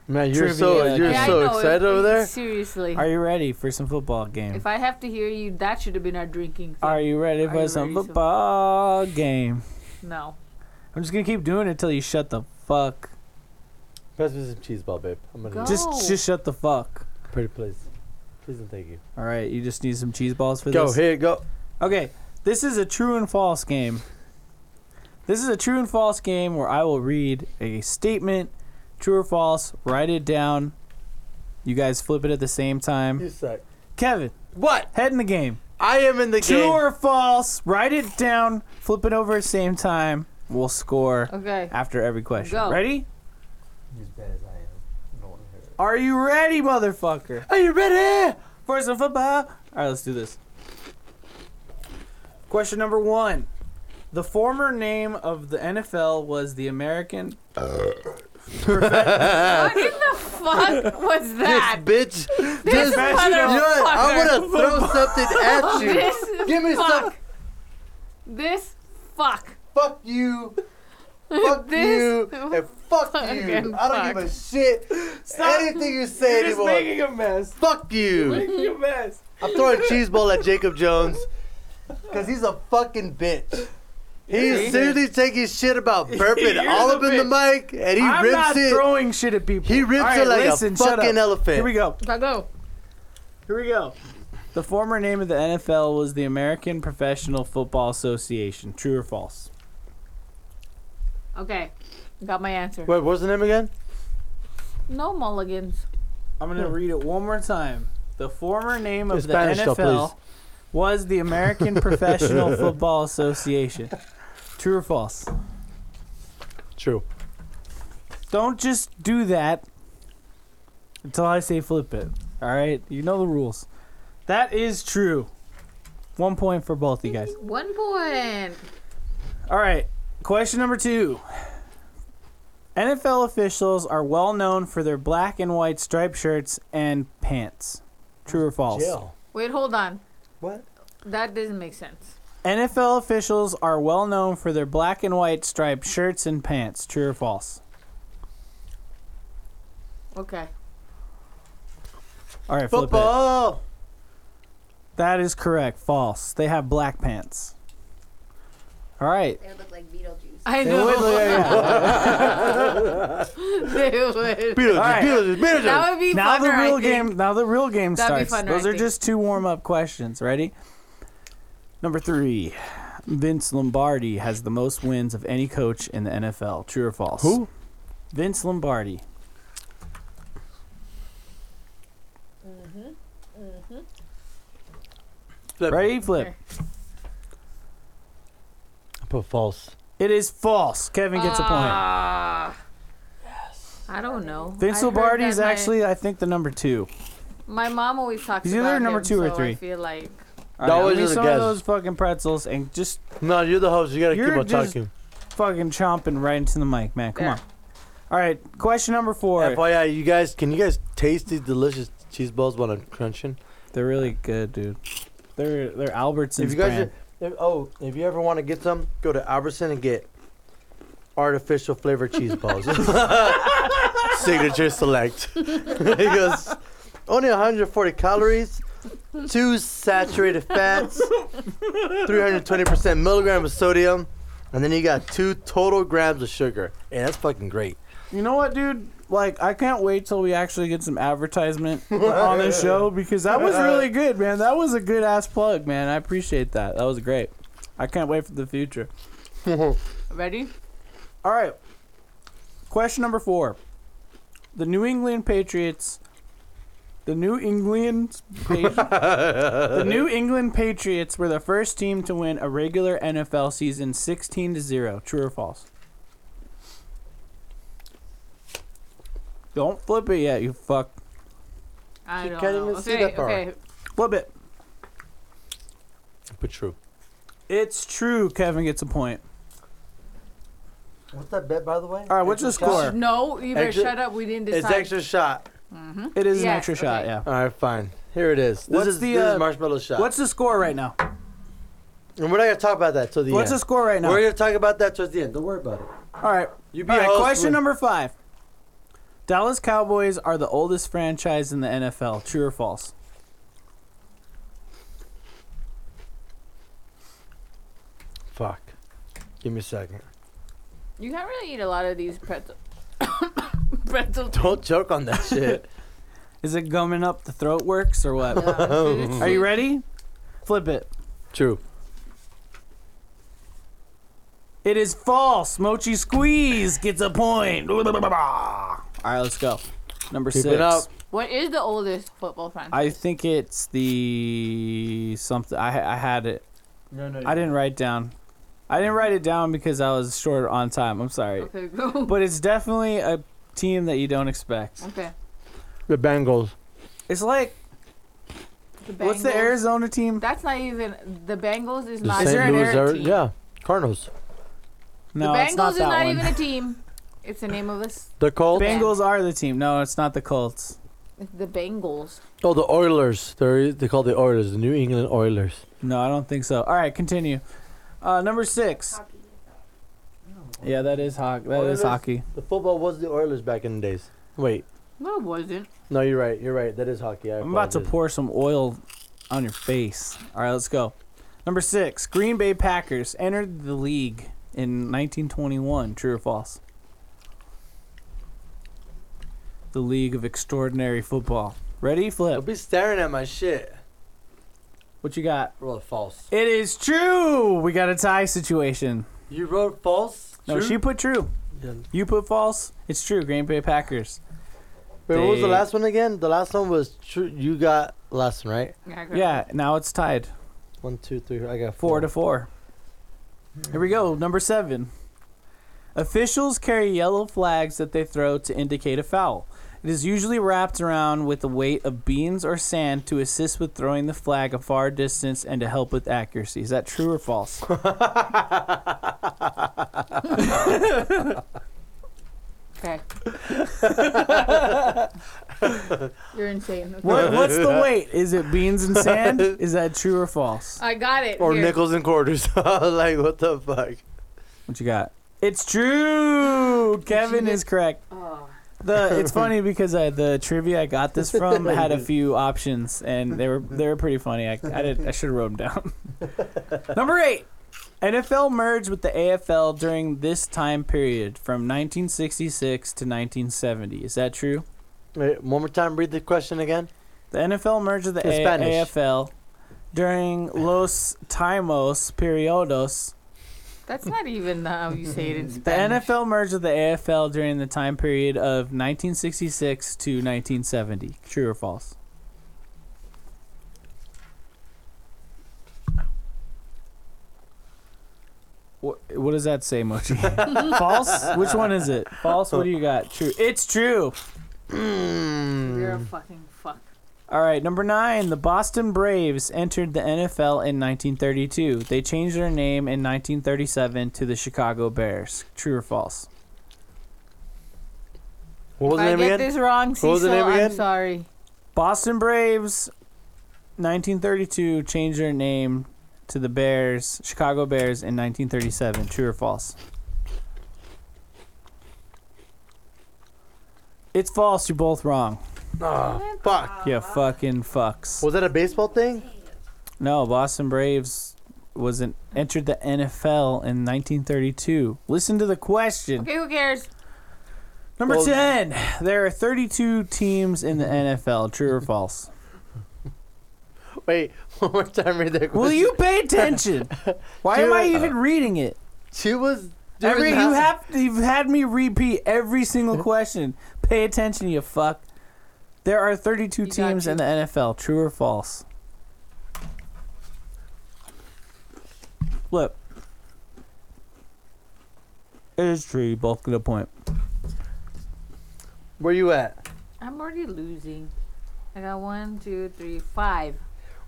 Man, you're
Trivia.
so you're
Yeah, I
so
know,
excited
it-
over there.
Seriously.
Are you ready for some football game?
if I have to hear you, that should have been our drinking. Thing.
Are you ready for
you
some
ready to-
football game?
No.
I'm just gonna keep doing it till you shut the fuck.
Pass me some cheese ball, babe. I'm gonna
Go.
eat.
Just just shut the fuck.
Pretty please. Please and thank you.
All right, you just need some cheese balls for
Go
this.
here, go.
Okay, this is a true and false game. This is a true and false game where I will read a statement, true or false, write it down. You guys flip it at the same time.
You suck.
Kevin,
What?
head in the game.
I am in the
True
game.
or false, write it down, flip it over at the same time. We'll score
Okay.
after every question.
Go.
Ready?
As bad as I am. No one heard.
Are you ready, motherfucker?
Are you ready?
For some football. All right, let's do this. Question number one: The former name of the NFL was the American.
What in the fuck was that?
This bitch. This
motherfucker.
You know what? I want to throw something at you.
This
Give me
fuck.
some.
This fuck.
Fuck you. Fuck
This
you. And fuck you. I
fucking
don't give a
fuck.
shit.
Stop.
Anything you say
You're just
anymore.
making a mess.
Fuck you.
Making a mess.
I'm throwing cheese ball at Jacob Jones. Because he's a fucking bitch. He's
Yeah.
seriously taking shit about burping
You're
all
the
up in the mic, and he
I'm
rips
not
it.
throwing shit at people.
He rips
All
it like a
listen, shut
fucking
up.
elephant.
Here we go.
Gotta go.
Here we go. The former name of the NFL was the American Professional Football Association. True or false?
Okay. Got my answer.
Wait, what's the name again?
No mulligans.
I'm gonna
Hmm.
read it one more time. The former name of
In
the
Spanish, though,
NFL was the American Professional Football Association. True or false?
True.
Don't just do that until I say flip it. All right, you know the rules. That is true. One point for both you guys.
One point.
All right. Question number two. NFL officials are well known for their black and white striped shirts and pants. True or false?
Wait, hold on.
What?
That doesn't make sense.
NFL officials are well known for their black and white striped shirts and pants. True or false?
Okay.
All right, flip it.
Football.
That is correct. False. They have black pants. All right.
They look like Beetlejuice.
I
They would look
know.
like-
They would.
Beetlejuice,
right.
Beetlejuice, Beetlejuice.
That would be
now
funner,
the real
I think.
game. Now the real game
That'd be
starts.
funner,
Those
I
are
think.
just two warm-up questions. Ready? Number three. Vince Lombardi has the most wins of any coach in the NFL. True or false?
Who?
Vince Lombardi.
Flip.
Ready? Flip.
Okay.
I put false.
It is false. Kevin gets a point.
Ah. I don't know.
Vince
I heard
Lombardi
that
is
my-
actually, I think, the number two.
My mom always talks
He's
about
either number
him,
two or
so
three.
I feel like
All
That was
give me
just a
some
guess.
of those fucking pretzels and just
No, you're the host. You gotta
You're
keep on
just-
talking.
fucking chomping right into the mic, man. Come
There.
on. All right. Question number four.
FYI, you guys, can you guys taste these delicious cheese balls while I'm crunching?
They're really good, dude. They're they're Albertsons
if you guys,
brand.
if- oh, if you ever want to get some, go to Albertson and get artificial flavored cheese balls. Signature select. he goes, only 140 calories, two saturated fats, 320% milligram of sodium, and then you got two total grams of sugar. And that's fucking great.
You know what, dude? Like, I can't wait till we actually get some advertisement on this show because that was really good, man. That was a good ass plug, man. I appreciate that. That was great. I can't wait for the future.
ready.
All right. Question number four. The New England Patriots. The New England. Patri- the New England Patriots were the first team to win a regular NFL season 16 to 0. True or false? Don't flip it yet, you fuck.
I
She
don't
can't
know.
even see
okay,
that far.
okay.
Flip it.
But true.
It's true. Kevin gets a point.
What's that bet, by the way?
All right, what's the
Extra shot?
score?
No, you better
Extra-
shut up. We didn't decide.
It's extra shot.
It is an
Yeah,
extra shot,
okay.
yeah.
All right, fine. Here it is. This
What's
is
the,
this
uh,
is marshmallow shot.
What's the score right now?
and we're not gonna talk about that till the
What's the
end.
score right now?
We're gonna talk about that towards the end. Don't worry about it.
All right.
You be
All
a
right,
host
question
with-
number five. Dallas Cowboys are the oldest franchise in the NFL. True or false?
Fuck. Give me a second.
You can't really eat a lot of these pretzel pretzel.
Don't choke on that shit.
Is it gumming up the throat works or what?
Are
Are you ready? Flip it.
True.
It is false. Mochi Squeeze gets a point. Blah, blah, blah, blah, blah. All right, let's go. Number
Keep
six.
it up.
What is the oldest football franchise?
I think it's the something. I I had it.
No, no.
I didn't write down. I didn't write it down because I was short on time. I'm sorry.
okay, go.
But it's definitely a team that you don't expect.
okay.
The Bengals.
It's like
The
what's the
Bengals.
Arizona team?
That's not even the Bengals is
The
not.
Is there
St.
an
Louis.
air
Ari-
team?
yeah. Cardinals.
No,
the Bengals
it's not
is
that
not
one.
even a team. It's the name of this.
The Colts.
Bang-
Bengals are the team. No, it's not the Colts.
It's the Bengals.
oh, the Oilers. They're, they call the Oilers the New England Oilers.
No, I don't think so. All right, continue. Uh, number six.
Hockey.
Yeah, that is hockey. That
Oilers.
is hockey.
The football was the Oilers back in the days. Wait.
No, it wasn't.
No, you're right. You're right. That is hockey. I
I'm about to
apologize.
pour some oil on your face. All right, let's go. Number six. Green Bay Packers entered the league in 1921. True or false? The League of Extraordinary Football. Ready?
Don't
Flip.
be staring at my shit.
What you got?
Roll false.
It is true. We got a tie situation.
You wrote false?
No, she put true.
Yeah.
You put false. It's true. Green Bay Packers.
Wait, what was the
They-
last one again? The last one was true. You got last one, right?
Yeah. I got
Yeah, now it's tied.
One, two, three. I got
Four to four. Here we go. Number seven. Officials carry yellow flags that they throw to indicate a foul. It is usually wrapped around with the weight of beans or sand to assist with throwing the flag a far distance and to help with accuracy. Is that true or false?
Okay. You're insane. Okay.
what, what's the weight? Is it beans and sand? Is that true or false?
I got it.
Or
Here.
nickels and quarters. I was like, what the fuck?
What you got? It's true. Kevin is correct.
Oh.
The it's funny because I, the trivia I got this from had a few options and they were they were pretty funny. I I, did, I should have wrote them down. Number eight, NFL merged with the AFL during this time period from 1966 to 1970. Is that true?
Wait, one more time. Read the question again.
The NFL merged with the
In
A-
Spanish.
AFL during los timos periodos
That's not even how you say it in
The
Spanish.
NFL merged with the AFL during the time period of 1966 to 1970. True or false? What, what does that say, Mochi? false? Which one is it? False? What do you got? True. It's true. Hmm.
You're a fucking fuck.
All right, number nine. The Boston Braves entered the NFL in 1932. They changed their name in 1937 to the Chicago Bears. True or false?
What was
If
the
I
name
get
again?
this wrong,
What
Cecil,
was the name again?
I'm sorry.
Boston Braves, 1932, changed their name to the Bears, Chicago Bears, in 1937. True or false? It's false. You're both wrong.
Oh, fuck.
You fucking fucks.
Was that a baseball thing?
No, Boston Braves was an, entered the NFL in 1932. Listen to the question.
Okay, who cares?
Number
Well-
10. There are 32 teams in the NFL. True or false?
Wait, one more time. Read that question.
Will you pay attention? Why am I
Dude,
even reading it?
She was. doing
Every, you
that-
have you've had me repeat every single question. Pay attention, you fuck. There are 32
You got
teams in
you.
the NFL. True or false? Flip. It is true. You both get a point.
Where you at?
I'm already losing. I got one, two, three, five.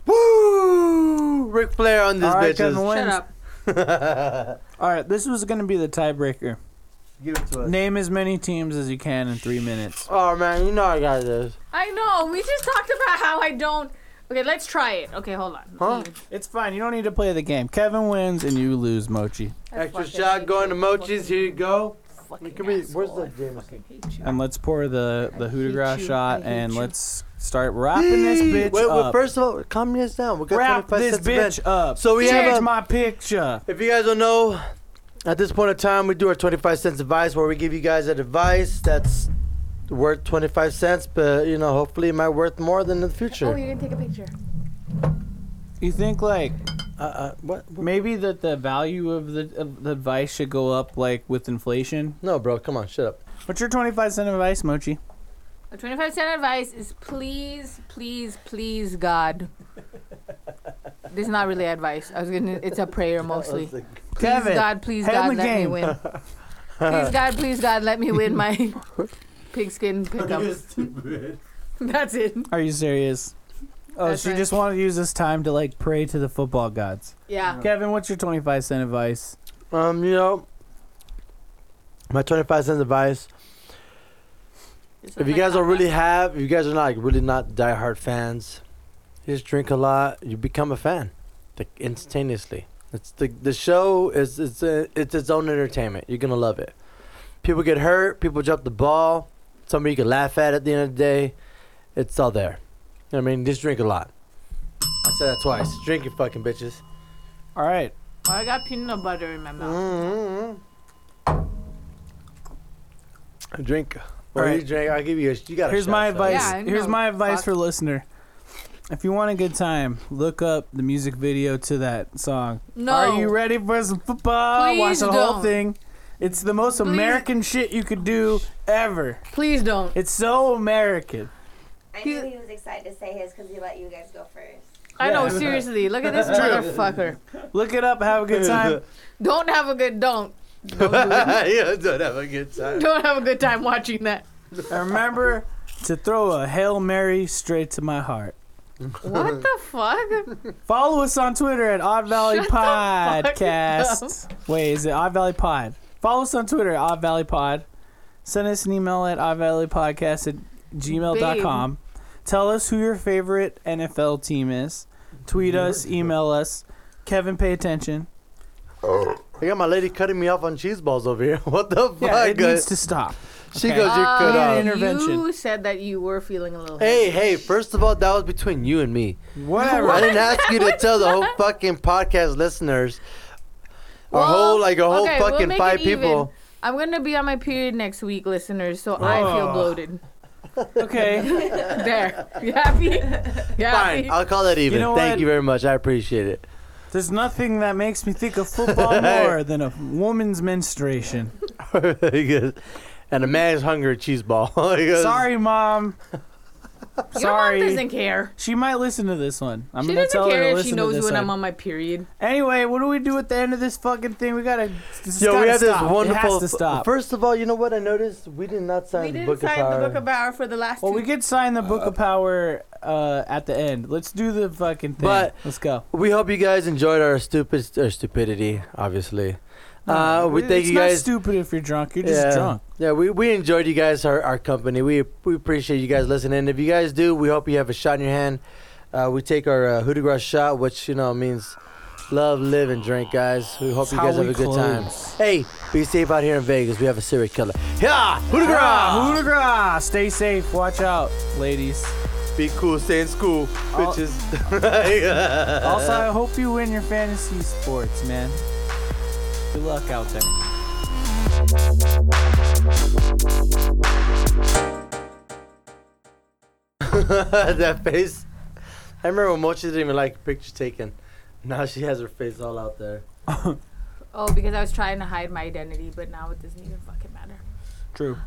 Woo! Ric Flair on this
All right,
bitches.
Kevin, what-
Shut
When's-
up.
All right, this was going to be the tiebreaker.
Give it to us.
Name as many teams as you can in three minutes.
Oh man, you know I got this.
I know. We just talked about how I don't. Okay, let's try it. Okay, hold on.
Huh?
It's fine. You don't need to play the game. Kevin wins and you lose, Mochi.
Extra shot going to Mochi's. Here you go.
Fucking
Give me- where's
asshole.
the Jameson?
I fucking hate you.
And let's pour the the
I
coup de
hate
grace
you.
shot,
I hate
and
you.
let's start wrapping this
Yee!
bitch
Wait,
up.
wait, first of all, calm this down. We got
Wrap
25
this
cents to
bitch
spend.
up.
So we
change
have a-
my picture.
If you guys don't know, At this point in time, we do our 25 cents advice where we give you guys an advice that's worth 25 cents, but you know, hopefully it might worth more than in the
Oh,
future.
you're gonna take a picture.
You think like
Uh, uh, what?
maybe that the value of the, of the advice should go up like with inflation?
No, bro, come on, shut up.
What's your twenty five cent advice, Mochi?
A 25 cent advice is please, please, please, God. this is not really advice. I was gonna. It's a prayer mostly. Please
Kevin,
God, please
hand
God,
the
let me
game.
win. please God, please God, let me win my pigskin pickup. That's it.
Are you serious? Oh,
That's
she
right.
just wanted to use this time to like pray to the football gods.
Yeah.
Kevin, what's your twenty five cent advice?
Um, you know, my 25 cents advice if you guys don't really have, if you guys are not like really not diehard fans, you just drink a lot, you become a fan, like instantaneously. It's the the show is it's a, it's its own entertainment. You're gonna love it. People get hurt, people drop the ball, somebody you can laugh at at the end of the day. It's all there. You know what I mean, just drink a lot. I said that twice. Drink your fucking bitches.
All right.
Oh, I got peanut butter in my mouth.
mm
Mm-hmm.
Drink. Or
Alright.
you drink. I'll give you. A, you got.
Here's
a shot,
my
son.
advice.
Yeah, I
Here's
know.
my advice
Fuck.
for listener. If you want a good time, look up the music video to that song.
Mm.
No.
Are you ready for some football? Watch
Please
the whole
don't.
thing. It's the most American shit you could do ever.
Please don't.
It's so American.
I
He's-
knew he was excited to say his because he let you guys go first.
I know. Seriously, look at this motherfucker.
Look it up. Have a good time.
Don't have a good don't.
yeah, don't have a good time.
Don't have a good time watching that.
and remember to throw a hail mary straight to my heart.
What the fuck?
Follow us on Twitter at Odd Valley
fuck
Podcast. Wait, is it Odd Valley Pod? Follow us on Twitter at Odd Valley Pod. Send us an email at oddvalleypodcast at gmail.com. Tell us who your favorite NFL team is. Tweet us, email us. Kevin, pay attention.
I got my lady cutting me off on cheese balls over here. What the fuck?
Yeah, it
guys?
needs to stop.
she
okay. Oh.
goes, you're cut
yeah,
off.
yeah. intervention.
Uh, You said that you were feeling a little.
Hey, hey, first of all, that was between you and me.
Whatever.
I didn't ask you to tell the whole fucking podcast listeners. A whole, like a whole
okay, we'll
fucking
make
five
it even.
people.
I'm gonna be on my period next week, listeners. So I feel
Oh.
bloated.
Okay.
There, you happy? You happy?
Fine, I'll call that even.
know
Thank
what?
you very much. I appreciate it.
There's nothing that makes me think of football more than a woman's menstruation.
He goes, and a man's hungry cheese ball. He goes,
Sorry, mom.
Your mom doesn't
Sorry.
care.
She might listen to this one. I'm
She
gonna
doesn't
tell her to
care if
listen
she
to
knows
this
when
one.
I'm on my period.
Anyway, what do we do at the end of this fucking thing? We gotta. This
Yo, we
gotta
have
stop.
this
It
wonderful.
has to stop.
First of all, you know what I noticed? We did not sign
We
the
didn't
book
sign
of power.
the book of power for the last.
well,
two.
we could sign the Book of Power uh, at the end. Let's do the fucking thing.
But-
let's go.
We hope you guys enjoyed our stupid our stupidity, obviously. Uh, we
It-
thank
it's
you
Not
guys.
stupid if you're drunk. You're just
yeah.
drunk.
Yeah, we, we enjoyed you guys our, our company. We we appreciate you guys listening. If you guys do, we hope you have a shot in your hand. Uh, we take our uh, Hoodoo Grass shot, which you know means love, live, and drink, guys. We hope
It's
you
how
guys have
we
a good time.
close.
Hey, be safe out here in Vegas. We have a serial killer. Yeah, Hoodoo Grass.
Ah, hoola gra. Stay safe. Watch out, ladies.
Be cool, stay in school,
I'll-
bitches.
Also, I hope you win your fantasy sports, man. Good luck out there.
that face. I remember when Mochi didn't even like pictures taken. Now she has her face all out there.
oh, because I was trying to hide my identity, but now it doesn't even fucking matter.
True.